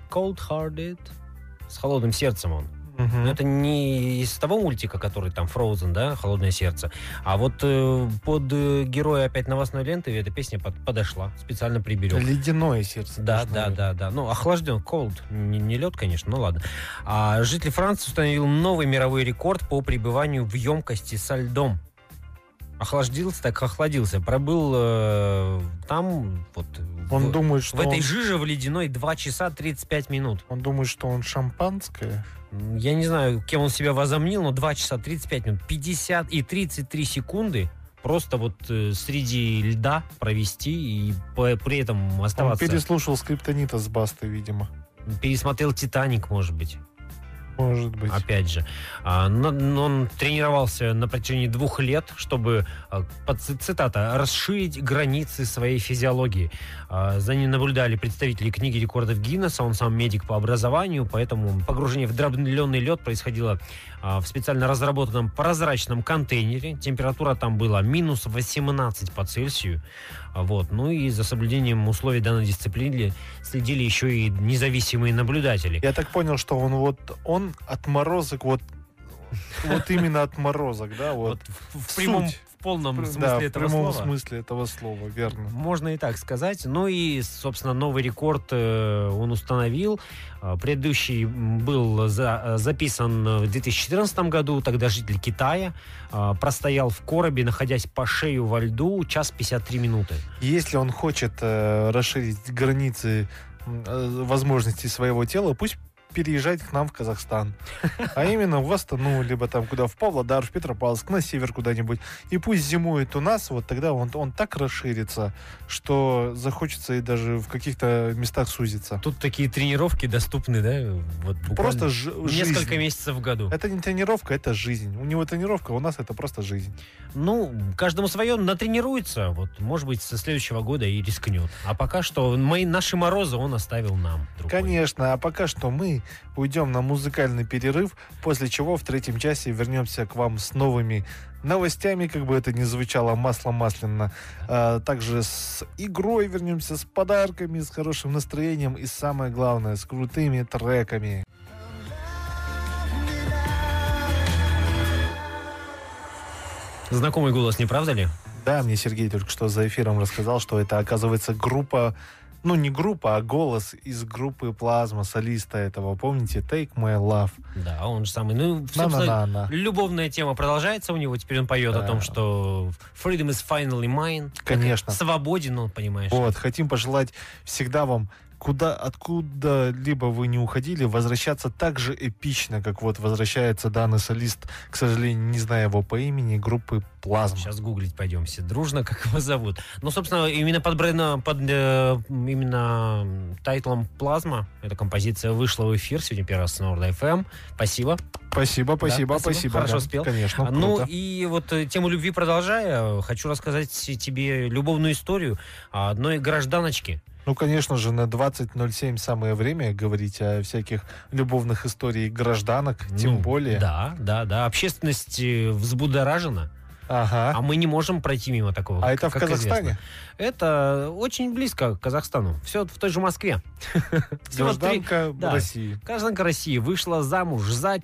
[SPEAKER 3] Cold Hearted. С холодным сердцем он. Но
[SPEAKER 4] Мгм.
[SPEAKER 3] Ну, это не из того мультика, который там Frozen, да, Холодное сердце. А вот э, под э, героя опять новостной ленты эта песня под- подошла. Специально приберег.
[SPEAKER 4] Ледяное сердце.
[SPEAKER 3] Да,
[SPEAKER 4] нужно
[SPEAKER 3] да,
[SPEAKER 4] ли?
[SPEAKER 3] да, да. Ну, охлажден, cold, не, не лед, конечно, ну ладно. А житель Франции установил новый мировой рекорд по пребыванию в емкости со льдом. Охлаждился, так охладился. Пробыл э, там, вот,
[SPEAKER 4] Он
[SPEAKER 3] в,
[SPEAKER 4] думает, что
[SPEAKER 3] в этой
[SPEAKER 4] он-
[SPEAKER 3] жиже в ледяной 2 часа 35 минут.
[SPEAKER 4] он думает, что он шампанское.
[SPEAKER 3] М, Я не знаю, кем он себя возомнил, но 2 часа 35 минут, 50 и 33 секунды просто вот э, среди льда провести и по- при этом
[SPEAKER 4] Он
[SPEAKER 3] оставаться.
[SPEAKER 4] переслушал скриптонита с басты, видимо.
[SPEAKER 3] Пересмотрел «Титаник», может быть.
[SPEAKER 4] Может быть.
[SPEAKER 3] Опять же, А, но- но он тренировался на протяжении двух лет, чтобы, а, под ци- цитата, расширить границы своей физиологии. А, За ним наблюдали представители книги рекордов Гиннесса, он сам медик по образованию, поэтому погружение в дробленный лед происходило а, в специально разработанном прозрачном контейнере. Температура там была минус 18 по Цельсию. А, Вот. Ну и за соблюдением условий данной дисциплины следили еще и независимые наблюдатели.
[SPEAKER 4] Я так понял, что он вот он отморозок, вот вот именно отморозок, да, вот.
[SPEAKER 3] Вот в, в
[SPEAKER 4] Суть.
[SPEAKER 3] прямом, в в полном смысле
[SPEAKER 4] да, в
[SPEAKER 3] этого
[SPEAKER 4] прямом
[SPEAKER 3] слова.
[SPEAKER 4] смысле этого слова, верно.
[SPEAKER 3] Можно и так сказать. Ну и, собственно, новый рекорд э, он установил. Э, Предыдущий м, был за- э, записан э, в 2014 году. Тогда житель Китая э, простоял в коробе, находясь по шею во льду, час 53 минуты.
[SPEAKER 4] Если он хочет э, расширить границы м, э, возможностей своего тела, пусть переезжает к нам в Казахстан. А именно в Астану, либо там куда, в Павлодар, в Петропавловск, на север куда-нибудь. И пусть зимует у нас, вот тогда он, он так расширится, что захочется и даже в каких-то местах сузиться.
[SPEAKER 3] Тут такие тренировки доступны, да? Вот буквально
[SPEAKER 4] Просто ж-
[SPEAKER 3] несколько
[SPEAKER 4] жизнь.
[SPEAKER 3] месяцев в году.
[SPEAKER 4] Это не тренировка, это жизнь. У него тренировка, у нас это просто жизнь.
[SPEAKER 3] Ну, каждому свое натренируется. Вот, может быть, со следующего года и рискнет. А пока что мои, наши морозы он оставил нам. другой.
[SPEAKER 4] Конечно, а пока что мы уйдем на музыкальный перерыв, после чего в третьем часе вернемся к вам с новыми новостями, как бы это ни звучало масло масляно. А, также с игрой вернемся, с подарками, с хорошим настроением и самое главное, с крутыми треками.
[SPEAKER 3] Знакомый голос, не правда ли?
[SPEAKER 4] Да, мне Сергей только что за эфиром рассказал, что это оказывается группа, ну не группа, а голос из группы Плазма, солиста этого, помните, Take My Love.
[SPEAKER 3] Да, он же самый. Ну, собственно,
[SPEAKER 4] На-на-на-на.
[SPEAKER 3] любовная тема продолжается у него. Теперь он поет о
[SPEAKER 4] Да.
[SPEAKER 3] том, что freedom is finally mine.
[SPEAKER 4] Конечно.
[SPEAKER 3] Свободен он, понимаешь.
[SPEAKER 4] Вот, хотим пожелать всегда вам, куда, откуда-либо вы не уходили, возвращаться так же эпично, как вот возвращается данный солист, к сожалению, не знаю его по имени, группы Плазма.
[SPEAKER 3] Сейчас гуглить пойдем все дружно, как его зовут. Ну, собственно, именно под брендом, под э, именно м, тайтлом «Плазма» эта композиция вышла в эфир сегодня первый раз на Nord FM. Спасибо.
[SPEAKER 4] Спасибо,
[SPEAKER 3] спасибо.
[SPEAKER 4] спасибо, спасибо.
[SPEAKER 3] Хорошо спел.
[SPEAKER 4] Конечно,
[SPEAKER 3] А, Ну,
[SPEAKER 4] круто.
[SPEAKER 3] и вот э, тему любви продолжая, э, хочу рассказать тебе любовную историю о одной гражданочки.
[SPEAKER 4] Ну, конечно же, на 20.07 самое время говорить о всяких любовных историях гражданок, тем
[SPEAKER 3] Ну,
[SPEAKER 4] более.
[SPEAKER 3] Да, да, да. Общественность э, взбудоражена.
[SPEAKER 4] Ага.
[SPEAKER 3] А мы не можем пройти мимо такого.
[SPEAKER 4] А это в
[SPEAKER 3] как
[SPEAKER 4] Казахстане?
[SPEAKER 3] известно. Это очень близко к Казахстану. Все в той же Москве. Всего три-
[SPEAKER 4] Гражданка
[SPEAKER 3] да.
[SPEAKER 4] России.
[SPEAKER 3] Гражданка России вышла замуж за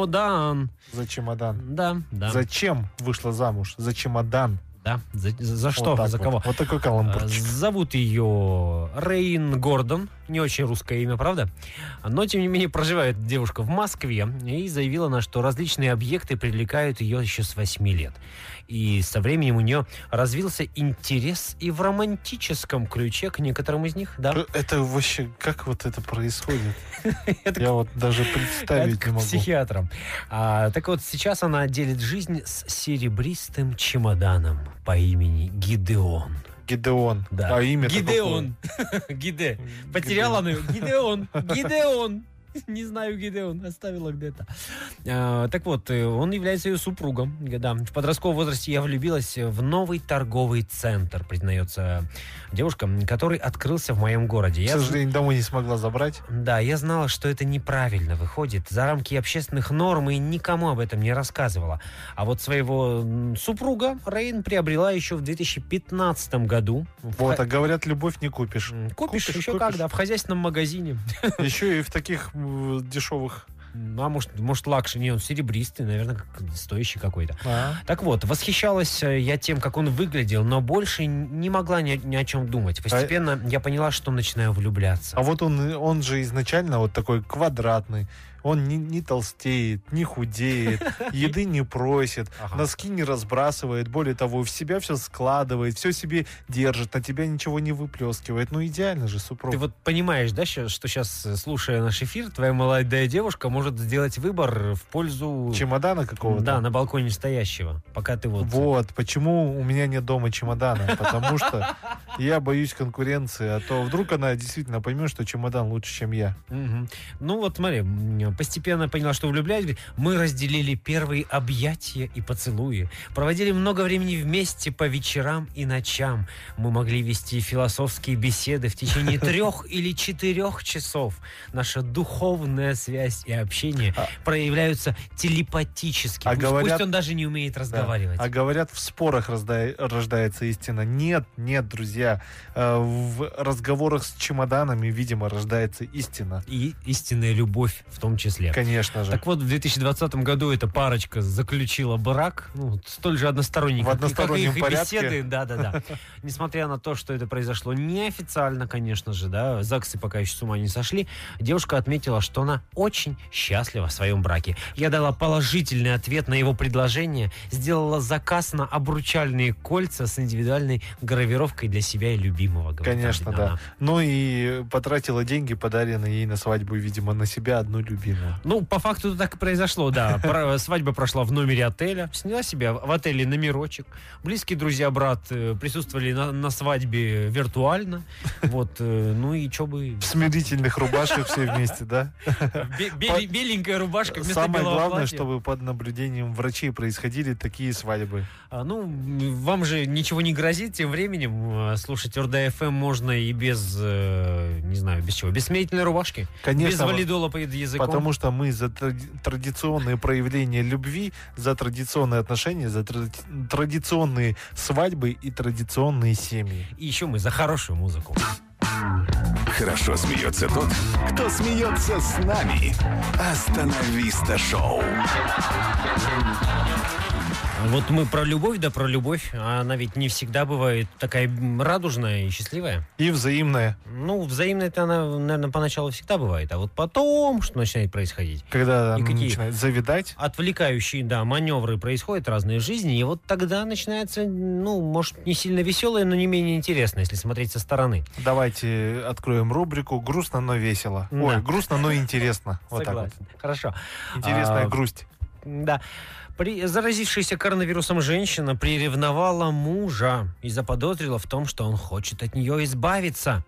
[SPEAKER 3] чемодан.
[SPEAKER 4] За чемодан.
[SPEAKER 3] Да, да.
[SPEAKER 4] Зачем вышла замуж? За чемодан.
[SPEAKER 3] да. За, за- за что?
[SPEAKER 4] Вот так
[SPEAKER 3] за
[SPEAKER 4] вот.
[SPEAKER 3] кого?
[SPEAKER 4] Вот такой
[SPEAKER 3] А,
[SPEAKER 4] каламбурчик.
[SPEAKER 3] Зовут ее Рейн Гордон. Не очень русское имя, правда? Но, тем не менее, проживает девушка в Москве. И заявила она, что различные объекты привлекают ее еще с 8 лет. И со временем у нее развился интерес и в романтическом ключе к некоторым из них. Да,
[SPEAKER 4] Э, Это вообще, как вот это происходит?
[SPEAKER 3] Это
[SPEAKER 4] Я вот даже
[SPEAKER 3] Это
[SPEAKER 4] представить
[SPEAKER 3] к
[SPEAKER 4] не могу.
[SPEAKER 3] психиатрам. А, так вот, сейчас она делит жизнь с серебристым чемоданом по имени Гидеон.
[SPEAKER 4] Гидеон.
[SPEAKER 3] Да.
[SPEAKER 4] А имя
[SPEAKER 3] Гидеон. Гиде. Потеряла она его. Гидеон. Гидеон. Не знаю, Гидеон. Оставила где-то. А, так вот, э, он является ее супругом. Да. В подростковом возрасте я влюбилась в новый торговый центр, признается девушка, который открылся в моем городе.
[SPEAKER 4] К
[SPEAKER 3] Я
[SPEAKER 4] сожалению, домой не смогла забрать.
[SPEAKER 3] да, я знала, что это неправильно выходит за рамки общественных норм и никому об этом не рассказывала. А вот своего м, супруга Рейн приобрела еще в 2015 году.
[SPEAKER 4] Вот, а говорят, любовь не купишь.
[SPEAKER 3] М, Купишь,
[SPEAKER 4] Купишь,
[SPEAKER 3] еще
[SPEAKER 4] купишь.
[SPEAKER 3] когда? В хозяйственном магазине.
[SPEAKER 4] Еще и в таких м, дешевых.
[SPEAKER 3] Ну, а может, может лакши? Не, он серебристый, наверное, как стоящий какой-то. Так вот, восхищалась э, я тем, как он выглядел, но больше н- не могла ни, о- ни о чем думать. Постепенно я поняла, что начинаю влюбляться.
[SPEAKER 4] А вот он, он же изначально вот такой квадратный. Он не, не толстеет, не худеет, еды не просит,
[SPEAKER 3] Ага.
[SPEAKER 4] носки не разбрасывает. Более того, в себя все складывает, все себе держит, на тебя ничего не выплескивает. Ну идеально же, супруг.
[SPEAKER 3] Ты вот понимаешь, да, щас- что сейчас, слушая наш эфир, твоя молодая девушка может сделать выбор в пользу...
[SPEAKER 4] Чемодана какого-то.
[SPEAKER 3] Да, на балконе стоящего. Пока ты вот...
[SPEAKER 4] Вот, почему у меня нет дома чемодана, потому что я боюсь конкуренции, а то вдруг она действительно поймет, что чемодан лучше, чем я.
[SPEAKER 3] Мгм. Ну вот смотри, м, постепенно поняла, что влюбляюсь. Говорит, Мы разделили первые объятия и поцелуи. Проводили много времени вместе по вечерам и ночам. Мы могли вести философские беседы в течение трех или четырех часов. Наша духовная связь и общение
[SPEAKER 4] А-
[SPEAKER 3] проявляются телепатически.
[SPEAKER 4] А
[SPEAKER 3] пусть,
[SPEAKER 4] говорят-
[SPEAKER 3] пусть он даже не умеет
[SPEAKER 4] Да.
[SPEAKER 3] разговаривать.
[SPEAKER 4] А говорят, в спорах разда- рождается истина. Нет, нет, друзья, э, в разговорах с чемоданами, видимо, рождается истина.
[SPEAKER 3] И истинная любовь в том числе.
[SPEAKER 4] Конечно же.
[SPEAKER 3] Так вот, в 2020 году эта парочка заключила брак, ну, вот столь же односторонний,
[SPEAKER 4] В
[SPEAKER 3] как и- как и
[SPEAKER 4] одностороннем
[SPEAKER 3] их
[SPEAKER 4] порядке.
[SPEAKER 3] беседы. Да-да-да. Несмотря на то, что это произошло неофициально, конечно же, да, ЗАГСы пока еще с ума не сошли, девушка отметила, что она очень счастлива в своем браке. Я дала положительный ответ на его предложение, сделала заказ на обручальные кольца с индивидуальной гравировкой для себя и любимого. говорит
[SPEAKER 4] Конечно,
[SPEAKER 3] она.
[SPEAKER 4] да. Ну и потратила деньги, подаренные ей на свадьбу, видимо, на себя одну любимую.
[SPEAKER 3] Ну, по факту так и произошло, да. Про- Свадьба прошла в номере отеля. Сняла себе в отеле номерочек. Близкие друзья, брат, э, присутствовали на, на свадьбе виртуально. Вот, э, ну и чё бы...
[SPEAKER 4] В смирительных рубашках все вместе, да?
[SPEAKER 3] Бе- бели- Беленькая рубашка вместо
[SPEAKER 4] Самое
[SPEAKER 3] белого
[SPEAKER 4] главное,
[SPEAKER 3] платья.
[SPEAKER 4] чтобы под наблюдением врачей происходили такие свадьбы.
[SPEAKER 3] А, ну, м, вам же ничего не грозит тем временем. э, Слушать Орда ФМ можно и без, э, не знаю, без чего. Без сменительной рубашки. без
[SPEAKER 4] Конечно,
[SPEAKER 3] валидола под языком.
[SPEAKER 4] Потому что мы за тради- традиционные проявления любви, за традиционные отношения, за тради- традиционные свадьбы и традиционные семьи.
[SPEAKER 3] И еще мы за хорошую музыку.
[SPEAKER 2] Хорошо смеется тот, кто смеется с нами. Остановиста шоу.
[SPEAKER 3] Вот мы про любовь, да про любовь. А она ведь не всегда бывает такая м, радужная и счастливая.
[SPEAKER 4] И взаимное,
[SPEAKER 3] Ну, взаимная-то она, наверное, поначалу всегда бывает. А вот потом, что начинает происходить,
[SPEAKER 4] когда
[SPEAKER 3] И
[SPEAKER 4] оно
[SPEAKER 3] какие?
[SPEAKER 4] начинает завидать.
[SPEAKER 3] отвлекающие, да, маневры происходят разные жизни, и вот тогда начинается, ну, может, не сильно веселое, но не менее интересно, если смотреть со стороны.
[SPEAKER 4] Давайте откроем рубрику «Грустно, но весело».
[SPEAKER 3] Да.
[SPEAKER 4] Ой, грустно, но интересно. Вот так вот.
[SPEAKER 3] Согласен. Хорошо.
[SPEAKER 4] Интересная
[SPEAKER 3] А,
[SPEAKER 4] грусть.
[SPEAKER 3] Да. При... Заразившаяся коронавирусом женщина приревновала мужа и заподозрила в том, что он хочет от нее избавиться.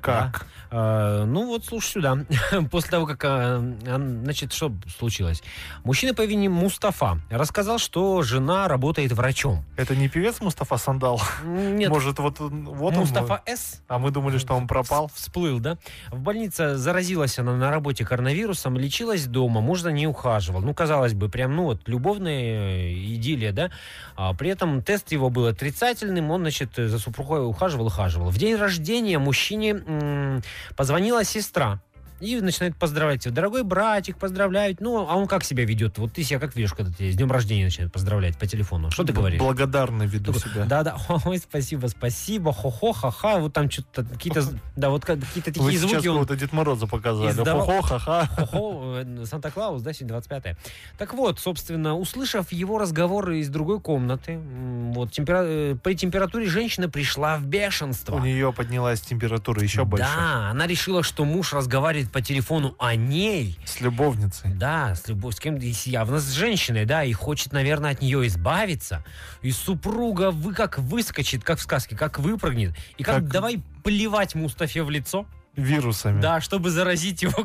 [SPEAKER 4] Как?
[SPEAKER 3] Э, Ну вот, слушай сюда. После того, как... э, он- Значит, что случилось? Мужчина по имени Мустафа рассказал, что жена работает врачом.
[SPEAKER 4] Это не певец Мустафа Сандал?
[SPEAKER 3] Нет,
[SPEAKER 4] Может, вот, он- вот он?
[SPEAKER 3] Мустафа С.
[SPEAKER 4] А мы думали, что он пропал.
[SPEAKER 3] Всплыл, да? В больнице заразилась она на работе коронавирусом, лечилась дома, муж за ней ухаживал. Ну, казалось бы, прям, ну вот, любовная э, идиллия, да? А при этом тест его был отрицательным, он, значит, э, за супругой ухаживал, ухаживал. В день рождения мужчине м, позвонила сестра. И начинает поздравлять его. Дорогой братик, поздравляют. Ну, а он как себя ведет? Вот ты себя как ведешь, когда тебя с днем рождения начинают поздравлять по телефону? Что ты говоришь?
[SPEAKER 4] Благодарно веду
[SPEAKER 3] Такой,
[SPEAKER 4] себя.
[SPEAKER 3] Да, да. Ой, спасибо, спасибо. Хо-хо, ха-ха. Вот там что-то какие-то, да, вот как- какие-то
[SPEAKER 4] Вы
[SPEAKER 3] такие
[SPEAKER 4] сейчас
[SPEAKER 3] звуки. он-
[SPEAKER 4] кого-то Дед Мороза показали.
[SPEAKER 3] издавал.
[SPEAKER 4] Хо-хо, ха-ха.
[SPEAKER 3] Хо-хо, э, Санта-Клаус, да, сегодня 25 Так вот, собственно, услышав его разговоры из другой комнаты, м, вот темпера- э, при температуре женщина пришла в бешенство.
[SPEAKER 4] У нее поднялась температура еще больше.
[SPEAKER 3] Да, она решила, что муж разговаривает по телефону о ней.
[SPEAKER 4] С любовницей.
[SPEAKER 3] Да, с любой, с кем и с- явно с женщиной, да, и хочет, наверное, от нее избавиться. И супруга вы как выскочит, как в сказке, как выпрыгнет, и как,
[SPEAKER 4] Как-
[SPEAKER 3] давай плевать Мустафе в лицо,
[SPEAKER 4] Вирусами.
[SPEAKER 3] да, чтобы заразить его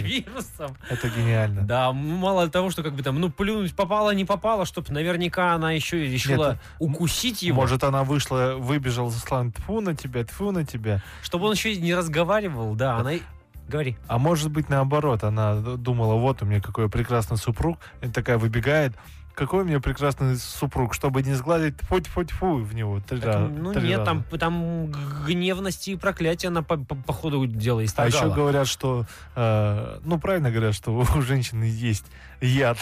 [SPEAKER 3] коронавирусом.
[SPEAKER 4] Это гениально.
[SPEAKER 3] Да, мало того, что как бы там, ну плюнуть попало, не попало, чтобы наверняка она еще и решила
[SPEAKER 4] Нет, ну,
[SPEAKER 3] укусить его,
[SPEAKER 4] Может, она вышла, выбежала со слан тьфу на тебя, тьфу на тебя.
[SPEAKER 3] чтобы он еще и не разговаривал, да, она... и- Говори.
[SPEAKER 4] А может быть, наоборот, она думала, вот у меня какой прекрасный супруг. И такая выбегает. Какой у меня прекрасный супруг, чтобы не сгладить тьфу тьфу тьфу в него. Три
[SPEAKER 3] Так,
[SPEAKER 4] ра-
[SPEAKER 3] ну
[SPEAKER 4] три
[SPEAKER 3] нет,
[SPEAKER 4] раза.
[SPEAKER 3] там, там гневности и проклятия она по, по- по ходу дела
[SPEAKER 4] А еще
[SPEAKER 3] исторгала.
[SPEAKER 4] говорят, что, э, ну правильно говорят, что у женщины есть яд.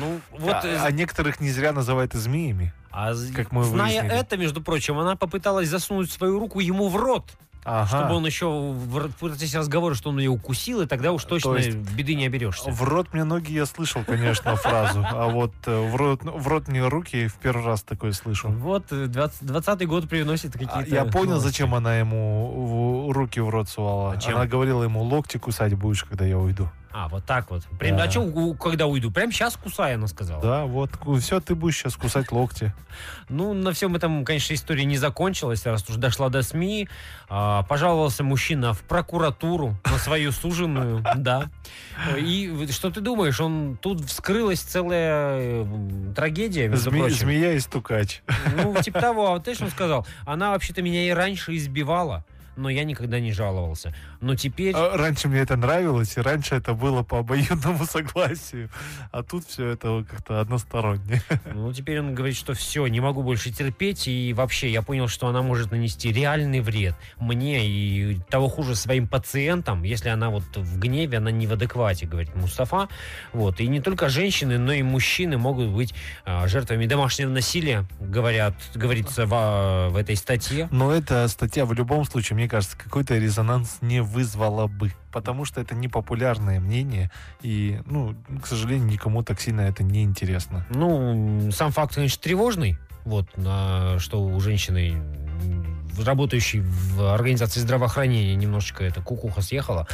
[SPEAKER 3] Ну, вот э,
[SPEAKER 4] а, а некоторых не зря называют и змеями.
[SPEAKER 3] А з-
[SPEAKER 4] Как мы
[SPEAKER 3] зная
[SPEAKER 4] выяснили.
[SPEAKER 3] это, между прочим, она попыталась засунуть свою руку ему в рот,
[SPEAKER 4] Ага.
[SPEAKER 3] чтобы он еще в р- в процессе разговора, что он ее укусил, и тогда уж точно
[SPEAKER 4] есть-
[SPEAKER 3] беды не оберешься.
[SPEAKER 4] В рот мне ноги я слышал, конечно, фразу. А вот э, в рот, в рот мне руки в первый раз такое слышу.
[SPEAKER 3] Вот э, 20 20-й год приносит какие-то...
[SPEAKER 4] А Я понял,
[SPEAKER 3] новости. А
[SPEAKER 4] зачем она ему в- руки в рот сувала.
[SPEAKER 3] Зачем?
[SPEAKER 4] Она говорила ему, локти кусать будешь, когда я уйду.
[SPEAKER 3] А, вот так вот. Прям,
[SPEAKER 4] Да.
[SPEAKER 3] а чё, у- когда уйду? Прям сейчас кусай, она сказала.
[SPEAKER 4] Да, вот, все, ты будешь сейчас кусать локти.
[SPEAKER 3] Ну, на всем этом, конечно, история не закончилась, раз уж дошла до СМИ. А, пожаловался мужчина в прокуратуру на свою суженую, да. И вот что ты думаешь, он тут вскрылась целая э, м, трагедия, между
[SPEAKER 4] Зме-
[SPEAKER 3] прочим.
[SPEAKER 4] змея и стукач.
[SPEAKER 3] Ну, типа того, а вот ты что он сказал? Она вообще-то меня и раньше избивала. но я никогда не жаловался. Но теперь...
[SPEAKER 4] А Раньше мне это нравилось, и раньше это было по обоюдному согласию. А тут все это как-то односторонне.
[SPEAKER 3] Ну, теперь он говорит, что все, не могу больше терпеть, и вообще я понял, что она может нанести реальный вред мне и того хуже своим пациентам, если она вот в гневе, она не в адеквате, говорит Мустафа. Вот. И не только женщины, но и мужчины могут быть а, жертвами домашнего насилия, говорят, говорится в, в этой статье.
[SPEAKER 4] Но эта статья в любом случае, мне кажется, какой-то резонанс не вызвала бы. Потому что это непопулярное мнение, и, ну, к сожалению, никому так сильно это не интересно.
[SPEAKER 3] Ну, сам факт, конечно, тревожный. Вот, на, что у женщины, м, работающей в организации здравоохранения, немножечко это кукуха съехала.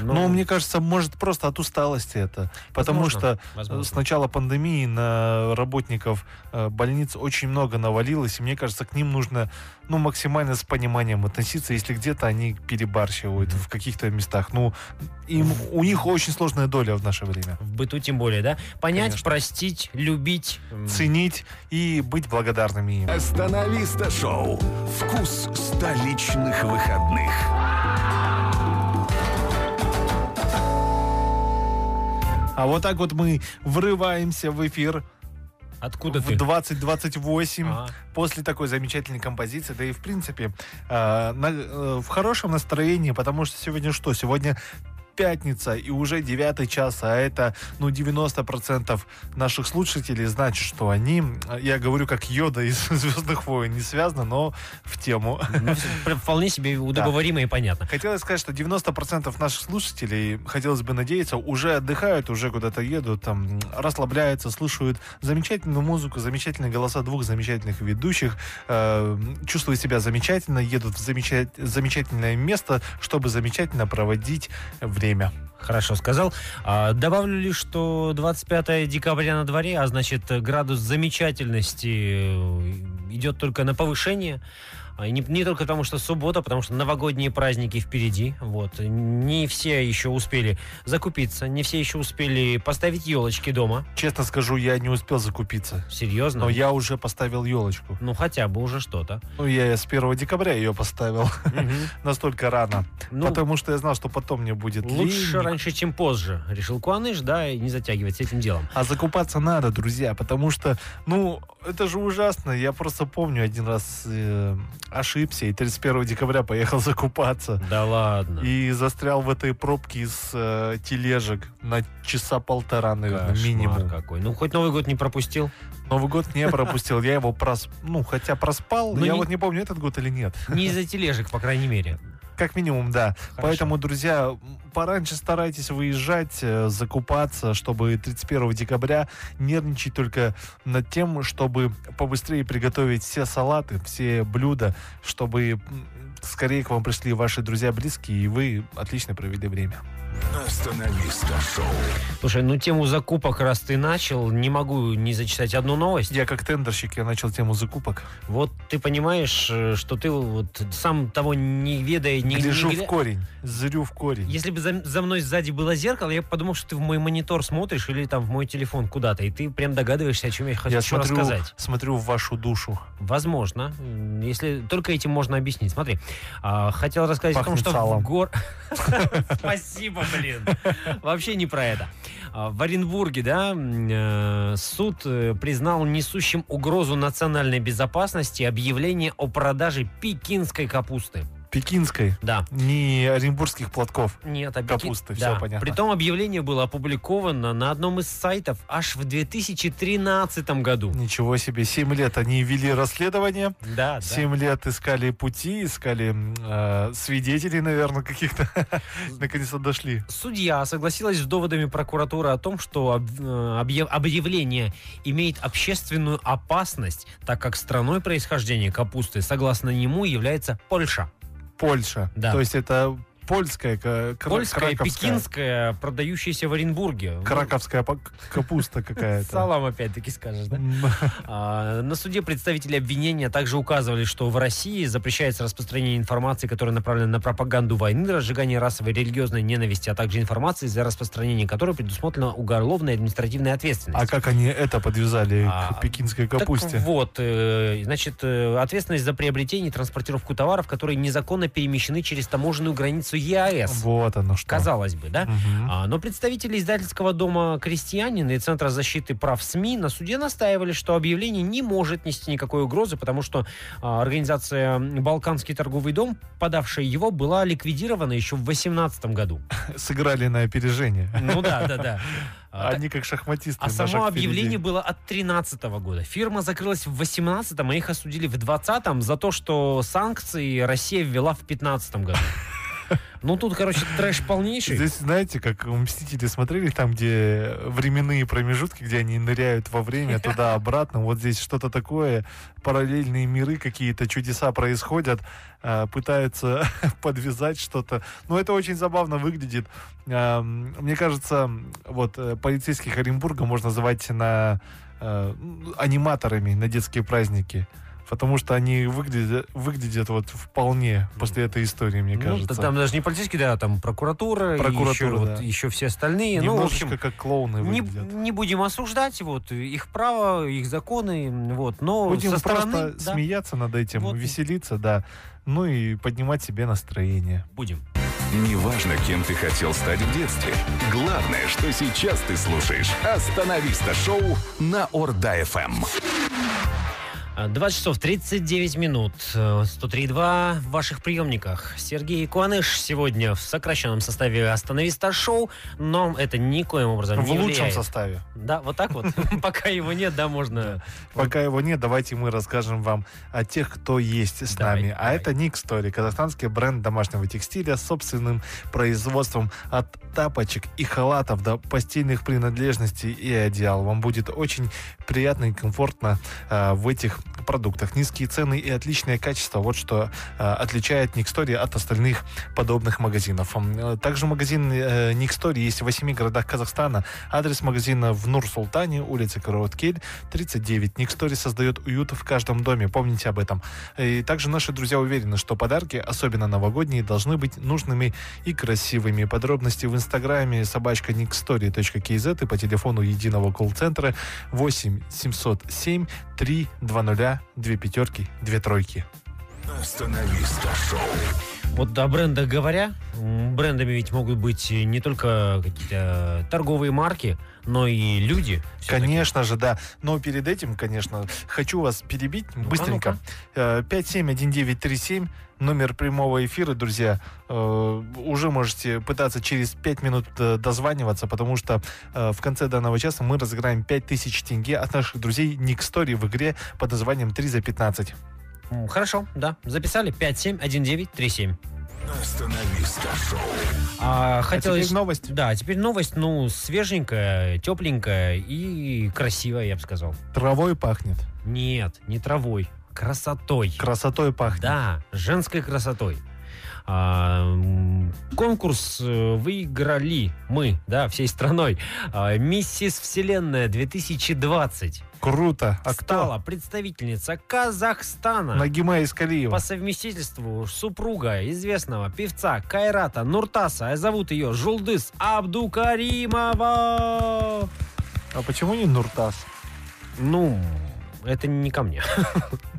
[SPEAKER 3] Ну,
[SPEAKER 4] Но, мне кажется, может просто от усталости это. Потому что э,
[SPEAKER 3] Возможно, возможно.
[SPEAKER 4] С начала пандемии на работников э, больниц очень много навалилось, и мне кажется, к ним нужно ну, максимально с пониманием относиться, если где-то они перебарщивают в каких-то местах. Ну, им, у них очень сложная доля в наше время.
[SPEAKER 3] В быту тем более, да? Понять,
[SPEAKER 4] Конечно.
[SPEAKER 3] простить, любить. м,
[SPEAKER 4] Ценить и быть благодарными им.
[SPEAKER 2] Остановиста шоу. Вкус столичных выходных.
[SPEAKER 4] А вот так вот мы врываемся в эфир
[SPEAKER 3] Откуда
[SPEAKER 4] в
[SPEAKER 3] ты?
[SPEAKER 4] 2028
[SPEAKER 3] А,
[SPEAKER 4] после такой замечательной композиции, да и в принципе э, на- э, в хорошем настроении, потому что сегодня что? Сегодня пятница и уже 9 час, а это, ну, 90% наших слушателей значит, что они, э, я говорю, как Йода из «Звездных войн», не связано, но в тему.
[SPEAKER 3] ну, пр- вполне себе удобоваримо и понятно.
[SPEAKER 4] Хотелось сказать, что 90% наших слушателей, хотелось бы надеяться, уже отдыхают, уже куда-то едут, там, расслабляются, слушают замечательную музыку, замечательные голоса двух замечательных ведущих, э, чувствуют себя замечательно, едут в замеча- замечательное место, чтобы замечательно проводить время.
[SPEAKER 3] Хорошо сказал. А, добавлю лишь, что 25 декабря на дворе, а значит градус замечательности э, идет только на повышение. А, и Не, не только потому, что суббота, потому что новогодние праздники впереди. Вот. Не все еще успели закупиться, не все еще успели поставить елочки дома.
[SPEAKER 4] Честно скажу, я не успел закупиться,
[SPEAKER 3] Серьезно.
[SPEAKER 4] но Ну, я уже поставил елочку.
[SPEAKER 3] Ну хотя бы уже что-то.
[SPEAKER 4] Ну, я с 1 декабря ее поставил,
[SPEAKER 3] Мгм.
[SPEAKER 4] настолько рано,
[SPEAKER 3] Ну,
[SPEAKER 4] потому что я знал, что потом мне будет
[SPEAKER 3] Лучше
[SPEAKER 4] лень.
[SPEAKER 3] раньше, чем позже, решил Куаныш, да, и не затягивать с этим делом.
[SPEAKER 4] А закупаться надо, друзья, потому что, ну, это же ужасно. Я просто помню, один раз э, ошибся и 31 декабря поехал закупаться.
[SPEAKER 3] Да ладно.
[SPEAKER 4] И застрял в этой пробке из э, тележек на часа полтора, наверное,
[SPEAKER 3] Кошмар
[SPEAKER 4] минимум.
[SPEAKER 3] какой. Ну, хоть Новый год не пропустил.
[SPEAKER 4] Новый год не пропустил. Я его прос... Ну, хотя проспал.
[SPEAKER 3] Ну,
[SPEAKER 4] я
[SPEAKER 3] не-
[SPEAKER 4] вот не помню, этот год или нет.
[SPEAKER 3] Не из-за тележек, по крайней мере.
[SPEAKER 4] Как минимум, да.
[SPEAKER 3] Хорошо.
[SPEAKER 4] Поэтому, друзья, м, пораньше старайтесь выезжать, э, закупаться, чтобы 31 декабря нервничать только над тем, чтобы побыстрее приготовить все салаты, все блюда, чтобы м, скорее к вам пришли ваши друзья, близкие, и вы отлично провели время.
[SPEAKER 2] Остановиста шоу.
[SPEAKER 3] Слушай, ну тему закупок, раз ты начал, не могу не зачитать одну новость.
[SPEAKER 4] Я как тендерщик, я начал тему закупок.
[SPEAKER 3] Вот ты понимаешь, э, что ты вот сам того не ведая, не, не
[SPEAKER 4] Гляжу
[SPEAKER 3] гля-
[SPEAKER 4] в корень, зрю в корень.
[SPEAKER 3] Если бы за, за мной сзади было зеркало, я бы подумал, что ты в мой монитор смотришь или там в мой телефон куда-то, и ты прям догадываешься, о чем я хочу
[SPEAKER 4] Я смотрю,
[SPEAKER 3] рассказать.
[SPEAKER 4] смотрю в вашу душу.
[SPEAKER 3] Возможно, М, если только этим можно объяснить. Смотри, а, хотел рассказать о том,
[SPEAKER 4] Пахнет
[SPEAKER 3] что в
[SPEAKER 4] салом.
[SPEAKER 3] гор... Спасибо, блин. Вообще не про это. А, В Оренбурге, да, м, э, суд э, признал несущим угрозу национальной безопасности объявление о продаже пекинской капусты.
[SPEAKER 4] Пекинской,
[SPEAKER 3] Да.
[SPEAKER 4] не оренбургских платков.
[SPEAKER 3] Нет, объяки-
[SPEAKER 4] Капусты,
[SPEAKER 3] да.
[SPEAKER 4] всё понятно.
[SPEAKER 3] Притом объявление было опубликовано на одном из сайтов аж в 2013 году.
[SPEAKER 4] Ничего себе, 7 лет они вели расследование.
[SPEAKER 3] Да, да.
[SPEAKER 4] Семь лет искали пути, искали м, э, свидетелей, наверное, каких-то. Наконец-то дошли.
[SPEAKER 3] Судья согласилась с доводами прокуратуры о том, что об- э, объя- объявление имеет общественную опасность, так как страной происхождения капусты, согласно нему, является Польша.
[SPEAKER 4] Польша.
[SPEAKER 3] Да.
[SPEAKER 4] То есть это польская, ка- кра-
[SPEAKER 3] Польская,
[SPEAKER 4] краковская.
[SPEAKER 3] пекинская, продающаяся в Оренбурге. Ну,
[SPEAKER 4] Краковская пак- капуста какая-то.
[SPEAKER 3] Салам опять-таки скажешь, да?
[SPEAKER 4] М,
[SPEAKER 3] А, На суде представители обвинения также указывали, что в России запрещается распространение информации, которая направлена на пропаганду войны, разжигание расовой и религиозной ненависти, а также информации, за распространение которой предусмотрена уголовная и административная ответственность.
[SPEAKER 4] А как они это подвязали
[SPEAKER 3] А,
[SPEAKER 4] к пекинской капусте?
[SPEAKER 3] Так вот, э, значит, э, ответственность за приобретение и транспортировку товаров, которые незаконно перемещены через таможенную границу ЕАЭС.
[SPEAKER 4] Вот оно что.
[SPEAKER 3] Казалось бы, да?
[SPEAKER 4] Мгм.
[SPEAKER 3] А, Но представители издательского дома «Крестьянин» и Центра защиты прав СМИ на суде настаивали, что объявление не может нести никакой угрозы, потому что а, организация «Балканский торговый дом», подавшая его, была ликвидирована еще в 2018 году.
[SPEAKER 4] Сыграли на опережение.
[SPEAKER 3] Ну да, да, да. А,
[SPEAKER 4] Они как шахматисты.
[SPEAKER 3] а
[SPEAKER 4] на шаг
[SPEAKER 3] само
[SPEAKER 4] впереди.
[SPEAKER 3] объявление было от 2013 года. Фирма закрылась в 2018, а их осудили в 2020 за то, что санкции Россия ввела в 2015 году. Ну тут, короче, трэш полнейший.
[SPEAKER 4] Здесь, знаете, как «Мстители» смотрели, там, где временные промежутки, где они ныряют во время, туда-обратно, вот здесь что-то такое, параллельные миры, какие-то чудеса происходят, а, пытаются подвязать что-то. Но это очень забавно выглядит. А, м, Мне кажется, м, вот э, полицейских Оренбурга можно звать на э, ну, аниматорами на детские праздники. Потому что они выглядят, выглядят вот вполне после этой истории, мне
[SPEAKER 3] Ну,
[SPEAKER 4] кажется.
[SPEAKER 3] да там даже не полицейский, да, там прокуратура,
[SPEAKER 4] Прокуратура,
[SPEAKER 3] и еще, вот
[SPEAKER 4] да.
[SPEAKER 3] еще все остальные. Ну, в
[SPEAKER 4] Немножечко
[SPEAKER 3] общем,
[SPEAKER 4] как клоуны
[SPEAKER 3] не,
[SPEAKER 4] выглядят.
[SPEAKER 3] не будем осуждать вот их право, их законы, вот, но
[SPEAKER 4] Будем
[SPEAKER 3] ну, со
[SPEAKER 4] просто
[SPEAKER 3] стороны да,
[SPEAKER 4] смеяться над этим,
[SPEAKER 3] Вот.
[SPEAKER 4] веселиться, да. Ну и поднимать себе настроение.
[SPEAKER 3] будем.
[SPEAKER 2] Неважно, кем ты хотел стать в детстве. Главное, что сейчас ты слушаешь «Остановиста» шоу на Орда-ФМ.
[SPEAKER 3] А, 20 часов 39 минут, э, 103.2 в ваших приемниках. Сергей Куаныш сегодня в сокращенном составе «Остановиста шоу», но это никоим образом
[SPEAKER 4] в
[SPEAKER 3] не
[SPEAKER 4] лучшем
[SPEAKER 3] влияет.
[SPEAKER 4] составе.
[SPEAKER 3] Да, вот так вот. Пока его нет, да, можно...
[SPEAKER 4] Пока его нет, давайте мы расскажем вам о тех, кто есть с
[SPEAKER 3] Давай,
[SPEAKER 4] нами. А
[SPEAKER 3] давай.
[SPEAKER 4] это Ник Стори, казахстанский бренд домашнего текстиля с собственным производством от тапочек и халатов до постельных принадлежностей и одеял. Вам будет очень приятно и комфортно а, в этих продуктах. Низкие цены и отличное качество. Вот что а, отличает Ник Стори от остальных подобных магазинов. М, э, Также магазин э, Ник Стори есть в 8 городах Казахстана. Адрес магазина в Нур-Султане, улица Караоткель, 39. Ник Стори создает уют в каждом доме. Помните об этом. Э, И также наши друзья уверены, что подарки, особенно новогодние, должны быть нужными и красивыми. Подробности в инстаграме собачка никстори.кз и по телефону единого колл-центра 8 707 3 2 2 пятерки 2 тройки.
[SPEAKER 2] «Остановиста» шоу.
[SPEAKER 3] Вот о брендах говоря, м, брендами ведь могут быть не только какие-то торговые марки, но и люди. всё-таки.
[SPEAKER 4] Конечно же, да. Но перед этим, конечно, хочу вас перебить быстренько. Э, 571937, номер прямого эфира, друзья. Э, Уже можете пытаться через 5 минут э, дозваниваться, потому что э, в конце данного часа мы разыграем 5000 тенге от наших друзей Ник Стори в игре под названием 3 за 15.
[SPEAKER 3] М, Хорошо, да. Записали 571937.
[SPEAKER 2] «Остановиста» шоу.
[SPEAKER 3] А,
[SPEAKER 4] А
[SPEAKER 3] хотелось...
[SPEAKER 4] теперь новость.
[SPEAKER 3] Да, теперь новость, ну, свеженькая, тепленькая и красивая, я бы сказал.
[SPEAKER 4] Травой пахнет,
[SPEAKER 3] Нет, не травой, красотой.
[SPEAKER 4] красотой пахнет.
[SPEAKER 3] Да, женской красотой. А, м, конкурс э, выиграли мы, да, всей страной. А, Миссис Вселенная 2020
[SPEAKER 4] Круто. А кто?
[SPEAKER 3] стала представительница Казахстана.
[SPEAKER 4] Нагима Искалиева.
[SPEAKER 3] По совместительству супруга известного певца Кайрата Нуртаса, а зовут ее Жулдыс Абдукаримова.
[SPEAKER 4] А почему не Нуртас?
[SPEAKER 3] Ну, это не ко мне.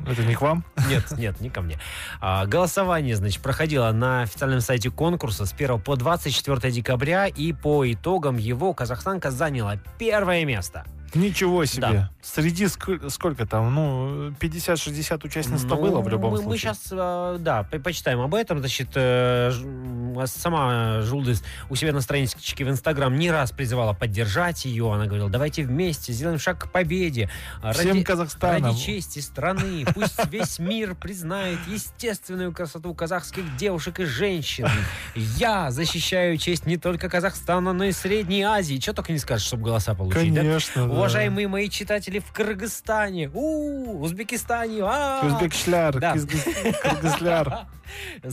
[SPEAKER 4] Это не к вам?
[SPEAKER 3] Нет, нет, не ко мне. А, голосование, значит, проходило на официальном сайте конкурса с 1 по 24 декабря, и по итогам его казахстанка заняла первое место.
[SPEAKER 4] Ничего себе.
[SPEAKER 3] Да.
[SPEAKER 4] Среди ск- сколько там? Ну, 50-60 участниц-то
[SPEAKER 3] Ну,
[SPEAKER 4] было в любом
[SPEAKER 3] мы,
[SPEAKER 4] случае.
[SPEAKER 3] Мы сейчас, да, по- почитаем об этом. Значит, э, Ж- м, сама Жулдис у себя на страничке в Инстаграм не раз призывала поддержать ее. Она говорила, давайте вместе сделаем шаг к победе. А,
[SPEAKER 4] Всем
[SPEAKER 3] ради-
[SPEAKER 4] Казахстанам.
[SPEAKER 3] Ради чести страны. Пусть весь мир признает естественную красоту казахских девушек и женщин. Я защищаю честь не только Казахстана, но и Средней Азии. Чего только не скажешь, чтобы голоса получить, да?
[SPEAKER 4] Конечно, да.
[SPEAKER 3] Уважаемые мои читатели в Кыргызстане, у Узбекистане, а
[SPEAKER 4] Узбекшляр,
[SPEAKER 3] Да.
[SPEAKER 4] кизгиз- кыргызляр.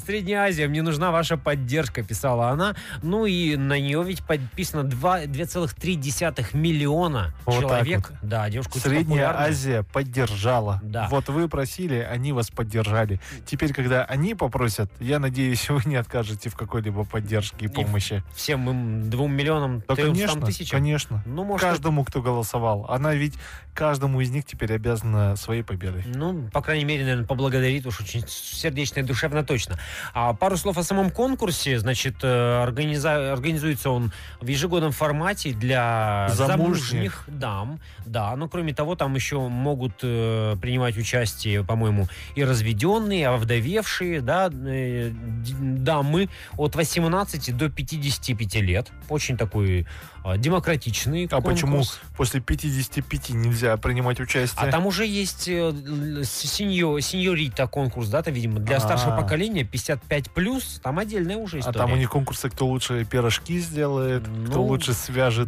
[SPEAKER 3] Средняя Азия, мне нужна ваша поддержка, писала она. Ну и на нее ведь подписано два- 2,3 миллиона
[SPEAKER 4] Вот так
[SPEAKER 3] человек. Да, девушку
[SPEAKER 4] Средняя Азия поддержала.
[SPEAKER 3] Да.
[SPEAKER 4] Вот вы просили, они вас поддержали. Теперь, когда они попросят, я надеюсь, вы не откажете в какой-либо поддержке и помощи.
[SPEAKER 3] Всем им двум миллионам,
[SPEAKER 4] Да,
[SPEAKER 3] трёмстам
[SPEAKER 4] конечно,
[SPEAKER 3] тысячам.
[SPEAKER 4] конечно.
[SPEAKER 3] Ну, может,
[SPEAKER 4] каждому, кто голосовал. Она ведь каждому из них теперь обязана своей победой.
[SPEAKER 3] Ну, по крайней мере, наверное, поблагодарит уж очень сердечно и душевно точно. А пару слов о самом конкурсе. Значит, э, организа- организуется он в ежегодном формате для
[SPEAKER 4] Замужних.
[SPEAKER 3] замужних дам. Да, но кроме того, там еще могут э, принимать участие, по-моему, и разведенные, и овдовевшие, да, э, д- дамы от 18 до 55 лет. Очень такой э, демократичный
[SPEAKER 4] А почему
[SPEAKER 3] конкурс.
[SPEAKER 4] после 55 нельзя принимать
[SPEAKER 3] А
[SPEAKER 4] участие?
[SPEAKER 3] там уже есть э, л- сеньо- сеньорита конкурс, да, там, видимо, для старшего
[SPEAKER 4] А.
[SPEAKER 3] поколения 55 плюс, там отдельная уже
[SPEAKER 4] А
[SPEAKER 3] история.
[SPEAKER 4] там у них конкурсы, кто лучше пирожки сделает,
[SPEAKER 3] Ну.
[SPEAKER 4] кто лучше свяжет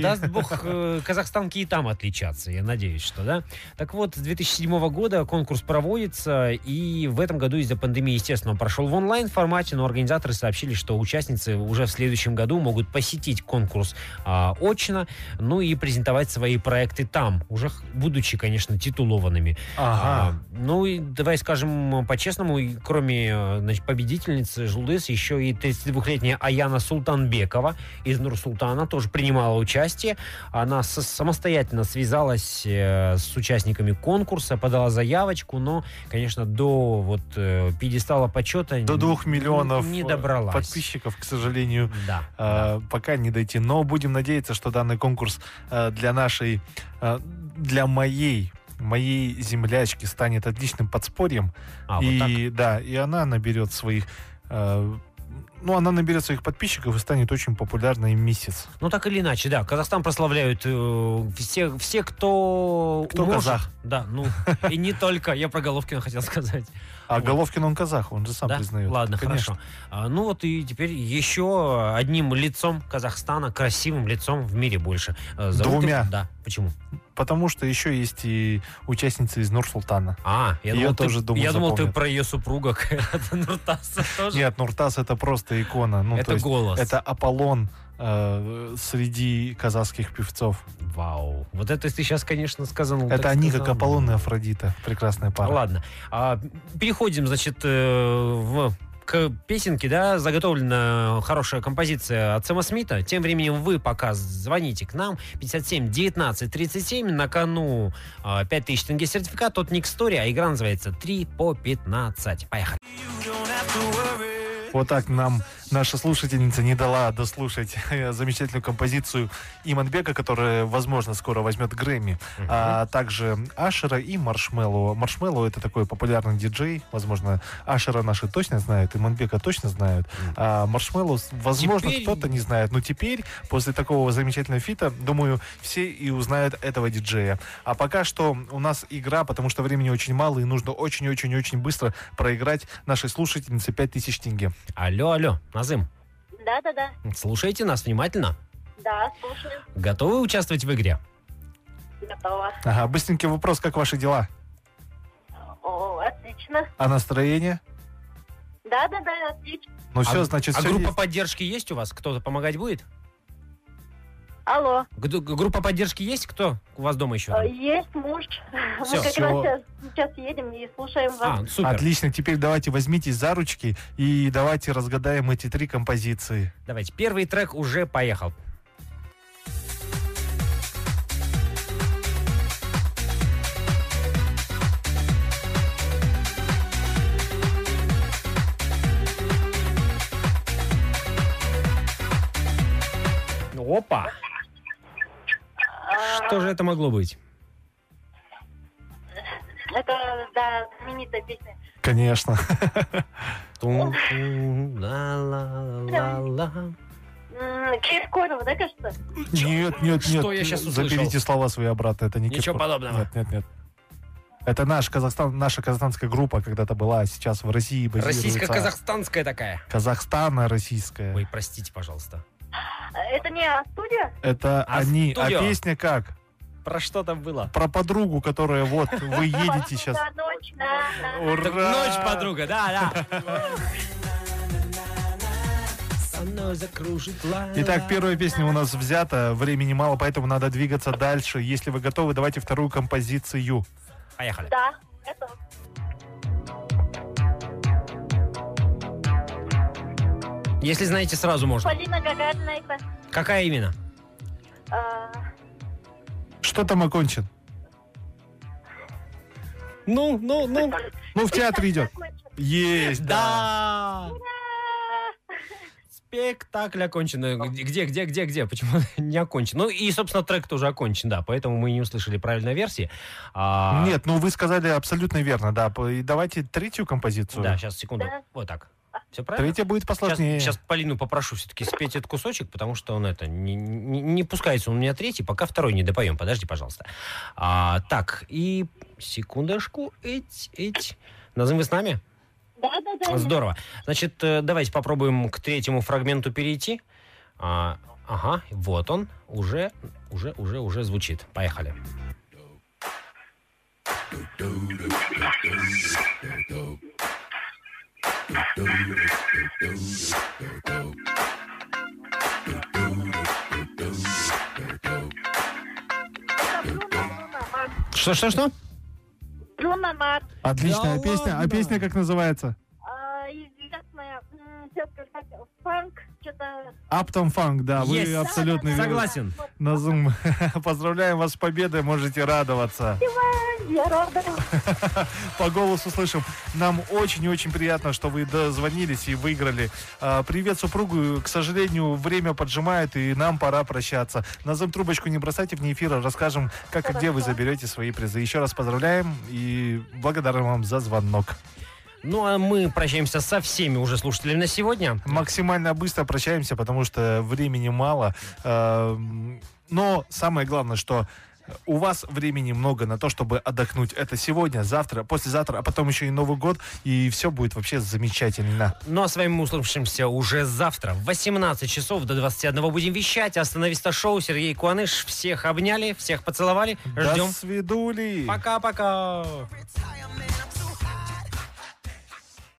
[SPEAKER 3] Даст бог, э, казахстанки и там отличаться, я надеюсь, что, да? Так вот, с 2007 года конкурс проводится, и в этом году из-за пандемии, естественно, он прошел в онлайн-формате, но организаторы сообщили, что участницы уже в следующем году могут посетить конкурс а, очно, ну и презентовать свои проекты там, уже х- будучи, конечно, титулованными.
[SPEAKER 4] Ага.
[SPEAKER 3] А, ну и давай скажем э, по-честному, и кроме э, значит, победительницы Жулдыс, еще и 32-летняя Аяна Султанбекова из Нур-Султана тоже принимала участие. Она со- самостоятельно связалась э, с участниками конкурса, подала заявочку, но, конечно, до вот э, пьедестала почета
[SPEAKER 4] До
[SPEAKER 3] н-
[SPEAKER 4] двух миллионов
[SPEAKER 3] не
[SPEAKER 4] э,
[SPEAKER 3] добралась.
[SPEAKER 4] подписчиков, к сожалению,
[SPEAKER 3] Да.
[SPEAKER 4] э, пока не дойти. Но будем надеяться, что данный конкурс э, для нашей, э, для моей моей землячки станет отличным подспорьем.
[SPEAKER 3] А, вот так.
[SPEAKER 4] и да, и она наберет своих э, ну, она наберет своих подписчиков и станет очень популярной миссис.
[SPEAKER 3] Ну так или иначе, да. Казахстан прославляют э, все, все, кто,
[SPEAKER 4] Кто
[SPEAKER 3] может.
[SPEAKER 4] казах.
[SPEAKER 3] Да, ну и не только. Я про Головкина хотел сказать.
[SPEAKER 4] А
[SPEAKER 3] Вот.
[SPEAKER 4] Головкин, он казах, он же сам
[SPEAKER 3] Да?
[SPEAKER 4] признает.
[SPEAKER 3] Ладно,
[SPEAKER 4] Конечно.
[SPEAKER 3] хорошо. А, ну вот и теперь еще одним лицом Казахстана, красивым лицом в мире больше. Э, зовут их-
[SPEAKER 4] Двумя.
[SPEAKER 3] Да. Почему?
[SPEAKER 4] Потому что еще есть и участницы из Нур-Султана.
[SPEAKER 3] А, я
[SPEAKER 4] Её
[SPEAKER 3] думал,
[SPEAKER 4] тоже,
[SPEAKER 3] ты,
[SPEAKER 4] думаю,
[SPEAKER 3] я думал, ты
[SPEAKER 4] запомнят.
[SPEAKER 3] про ее супруга Кайрата Нуртаса тоже.
[SPEAKER 4] Нет, Нуртас это просто икона. Ну, то
[SPEAKER 3] Это
[SPEAKER 4] есть
[SPEAKER 3] голос.
[SPEAKER 4] Это Аполлон э, среди казахских певцов.
[SPEAKER 3] Вау. Вот это ты сейчас, конечно, Ну, сказал.
[SPEAKER 4] это они как Аполлон и Афродита. Прекрасная пара.
[SPEAKER 3] Ладно. А, переходим, значит, э, в к песенке, да, заготовлена хорошая композиция от Сэма Смита. Тем временем вы пока звоните к нам. 57 19 37. На кону а, 5000 тенге сертификат от Никстори, а игра называется 3 по 15. Поехали.
[SPEAKER 4] Вот так нам наша слушательница не дала дослушать э, замечательную композицию Иманбека, которая, возможно, скоро возьмет Грэмми, а также Ашера и Маршмеллоу. Маршмеллоу это такой популярный диджей, возможно, Ашера наши точно знают, Иманбека точно знают, а Маршмеллоу, возможно,
[SPEAKER 3] Теперь-
[SPEAKER 4] кто-то не знает, но теперь, после такого замечательного фита, думаю, все и узнают этого диджея. А пока что у нас игра, потому что времени очень мало и нужно очень-очень-очень быстро проиграть нашей слушательнице 5000 тенге.
[SPEAKER 3] Алло, алло, Назым,
[SPEAKER 6] Да-да-да,
[SPEAKER 3] слушайте нас внимательно.
[SPEAKER 6] да, слушаю,
[SPEAKER 3] Готовы участвовать в игре?
[SPEAKER 6] готова.
[SPEAKER 4] Ага, быстренький вопрос, как ваши дела?
[SPEAKER 6] О, отлично.
[SPEAKER 4] А настроение?
[SPEAKER 6] Да-да-да, отлично.
[SPEAKER 4] Ну все,
[SPEAKER 3] а,
[SPEAKER 4] значит,
[SPEAKER 3] а
[SPEAKER 4] всё
[SPEAKER 3] группа
[SPEAKER 4] есть.
[SPEAKER 3] поддержки есть у вас? Кто-то помогать будет?
[SPEAKER 6] Алло,
[SPEAKER 3] Г- Группа поддержки есть? Кто у вас дома еще?
[SPEAKER 6] э, есть муж.
[SPEAKER 3] Всё,
[SPEAKER 6] Мы как
[SPEAKER 4] всё.
[SPEAKER 6] раз сейчас, сейчас едем и слушаем вас.
[SPEAKER 3] А, супер.
[SPEAKER 4] Отлично, теперь давайте возьмитесь за ручки и давайте разгадаем эти три композиции.
[SPEAKER 3] Давайте, первый трек уже поехал. Опа! А,
[SPEAKER 6] Э,
[SPEAKER 3] ну Что же это могло быть?
[SPEAKER 6] Это, да, знаменитая песня.
[SPEAKER 4] Конечно.
[SPEAKER 3] Тун-тун, ла-ла-ла-ла.
[SPEAKER 6] М, Киркорова, да, кажется?
[SPEAKER 4] Нет, нет, нет.
[SPEAKER 3] Что я щас услышал?
[SPEAKER 4] Заберите слова свои обратно. Это не
[SPEAKER 3] Ничего
[SPEAKER 4] Киркоров.
[SPEAKER 3] подобного.
[SPEAKER 4] Нет, нет, нет. Это наш Казахстан, наша казахстанская группа когда-то была, а сейчас в России базируется.
[SPEAKER 3] Российско-казахстанская такая.
[SPEAKER 4] Казахстана российская.
[SPEAKER 3] Ой, простите, пожалуйста.
[SPEAKER 6] Э, Это не А студия?
[SPEAKER 4] Это
[SPEAKER 3] А
[SPEAKER 4] они.
[SPEAKER 3] студио?
[SPEAKER 4] А песня как?
[SPEAKER 3] Про что там было?
[SPEAKER 4] Про подругу, которая вот, вы едете сейчас.
[SPEAKER 6] Подруга, Ночь, на, на.
[SPEAKER 4] Ура!
[SPEAKER 3] Так ночь, подруга, да, да. Со мной закружит ла-ла.
[SPEAKER 4] Итак, первая песня у нас взята, времени мало, поэтому надо двигаться дальше. Если вы готовы, давайте вторую композицию.
[SPEAKER 3] Поехали.
[SPEAKER 6] Да, это
[SPEAKER 3] Если знаете, сразу можно.
[SPEAKER 6] Полина Гагарина. и П-
[SPEAKER 3] Какая именно?
[SPEAKER 6] э,
[SPEAKER 4] Что там окончен?
[SPEAKER 3] Ну, ну, ну.
[SPEAKER 4] Ну, в театр идет. Есть, да.
[SPEAKER 3] Да. Спектакль окончен. Э, Где, где, где, где? Почему не окончен? Ну и, собственно, трек тоже окончен, да. Поэтому мы и не услышали правильной версии. А,
[SPEAKER 4] Нет, ну вы сказали абсолютно верно, да. П- И давайте третью композицию.
[SPEAKER 3] Да, сейчас, секунду.
[SPEAKER 6] Да.
[SPEAKER 3] Вот так. Все правильно?
[SPEAKER 4] Третья будет
[SPEAKER 3] Сейчас,
[SPEAKER 4] посложнее.
[SPEAKER 3] Полину попрошу все-таки спеть этот кусочек, потому что он это не, не- не пускается. Он у меня третий, пока второй не допоем. Подожди, пожалуйста. А, так, и секундочку. Эть, эть. Назым, вы с нами?
[SPEAKER 6] Да, да, да.
[SPEAKER 3] Здорово. Значит, э, давайте попробуем к третьему фрагменту перейти. А, ага, вот он. Уже, уже, уже, уже звучит. Поехали.
[SPEAKER 6] Это Бруно, Бруно Марс.
[SPEAKER 3] Что, что, что?
[SPEAKER 6] Бруно Марс.
[SPEAKER 4] Отличная
[SPEAKER 3] Да
[SPEAKER 4] песня. А
[SPEAKER 3] ладно?
[SPEAKER 4] песня как называется?
[SPEAKER 6] Э, Известная м, тетка, как фанк, что-то...
[SPEAKER 4] Аптом фанк, да, вы
[SPEAKER 3] Есть.
[SPEAKER 4] абсолютно верно.
[SPEAKER 3] Согласен.
[SPEAKER 4] Назум, поздравляем вас с победой, можете радоваться.
[SPEAKER 6] Я рада.
[SPEAKER 4] По голосу слышим. Нам очень и очень приятно, что вы дозвонились и выиграли. А, Привет супругу. К сожалению, время поджимает, и нам пора прощаться. Назум, трубочку не бросайте вне эфира. Расскажем, как и где вы заберете свои призы. Еще раз поздравляем и благодарим вам за звонок.
[SPEAKER 3] Ну, а мы прощаемся со всеми уже слушателями на сегодня.
[SPEAKER 4] Максимально быстро прощаемся, потому что времени мало. Эм, Но самое главное, что у вас времени много на то, чтобы отдохнуть. Это сегодня, завтра, послезавтра, а потом еще и Новый год, и все будет вообще замечательно.
[SPEAKER 3] Ну а с вами мы услышимся уже завтра в 18 часов до 21 будем вещать. Остановиста шоу Сергей Куаныш. Всех обняли, всех поцеловали.
[SPEAKER 4] До
[SPEAKER 3] Ждем.
[SPEAKER 4] свидули!
[SPEAKER 3] Пока-пока.
[SPEAKER 7] Every time